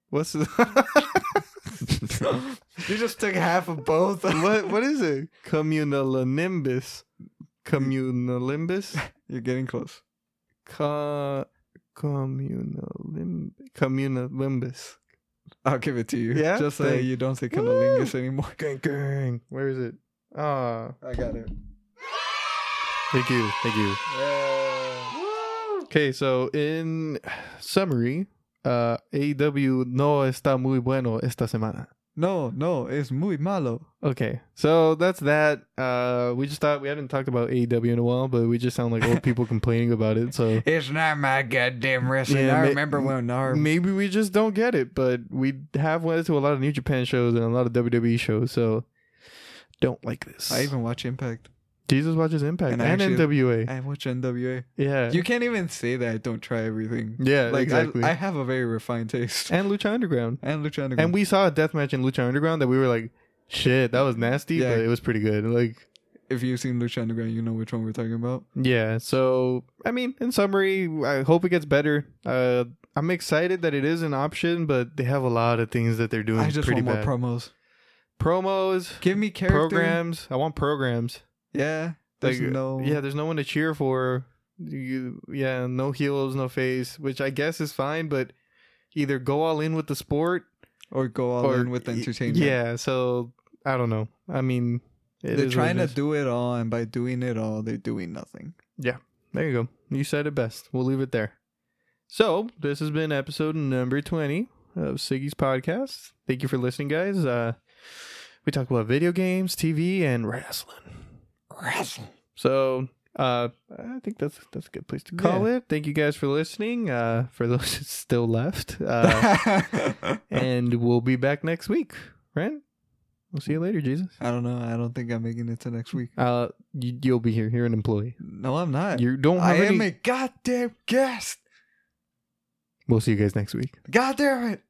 what's the
you just took half of both.
what? What is it? Communalonimbus. Communalimbus.
You're getting close.
Co- communalim- communalimbus.
I'll give it to you.
Yeah?
Just so
Thanks.
you don't say cunnilingus anymore.
Gang, gang. Where is it? Ah,
I got it.
thank you, thank you. Okay, so in summary, uh, AEW no está muy bueno esta semana.
No, no, it's muy malo.
Okay, so that's that. Uh, we just thought we hadn't talked about AEW in a while, but we just sound like old people complaining about it. So
It's not my goddamn wrestling.
Yeah,
I
ma-
remember when our
maybe we just don't get it. But we have went to a lot of New Japan shows and a lot of WWE shows, so don't like this.
I even watch Impact.
Jesus watches Impact and,
And I actually-
NWA.
I watch NWA.
yeah,
You can't even say that I don't try everything.
yeah,
like I-
exactly.
I, have a very refined taste.
and Lucha Underground.
And Lucha Underground.
And we saw a death match in Lucha Underground that we were like, shit, that was nasty,
Yeah.
but it was pretty good. Like,
if you've seen Lucha Underground, you know which one we're talking about.
yeah. So, I mean, in summary, I hope it gets better. Uh, I'm excited that it is an option, but they have a lot of things that they're doing
I just
pretty
want more
bad.
promos.
Promos,
Give me character.
programs. I want programs.
Yeah. There's
like,
no.
yeah, there's no one to cheer for. You, yeah, no heels, no face, which I guess is fine, but either go all in with the sport
Or go all in with entertainment.
Yeah, so I don't know. I mean, it
They're
is
trying
what
to
it is.
do it all, and by doing it all, they're doing nothing.
There you go. You said it best. We'll leave it there. So this has been episode number twenty of Siggy's podcast. Thank you for listening, guys. Uh, we talk about video games, TV, and wrestling.
Wrestling.
So uh, I think that's that's a good place to call it. Thank you guys for listening. Uh, for those that still left, uh, and we'll be back next week. Right? We'll see you later, Jesus.
I don't know. I don't think I'm making it to next week.
Uh, you, you'll be here. You're an employee.
No, I'm not.
You don't
I
have
am
any.
a goddamn guest.
We'll see you guys next week.
God damn it.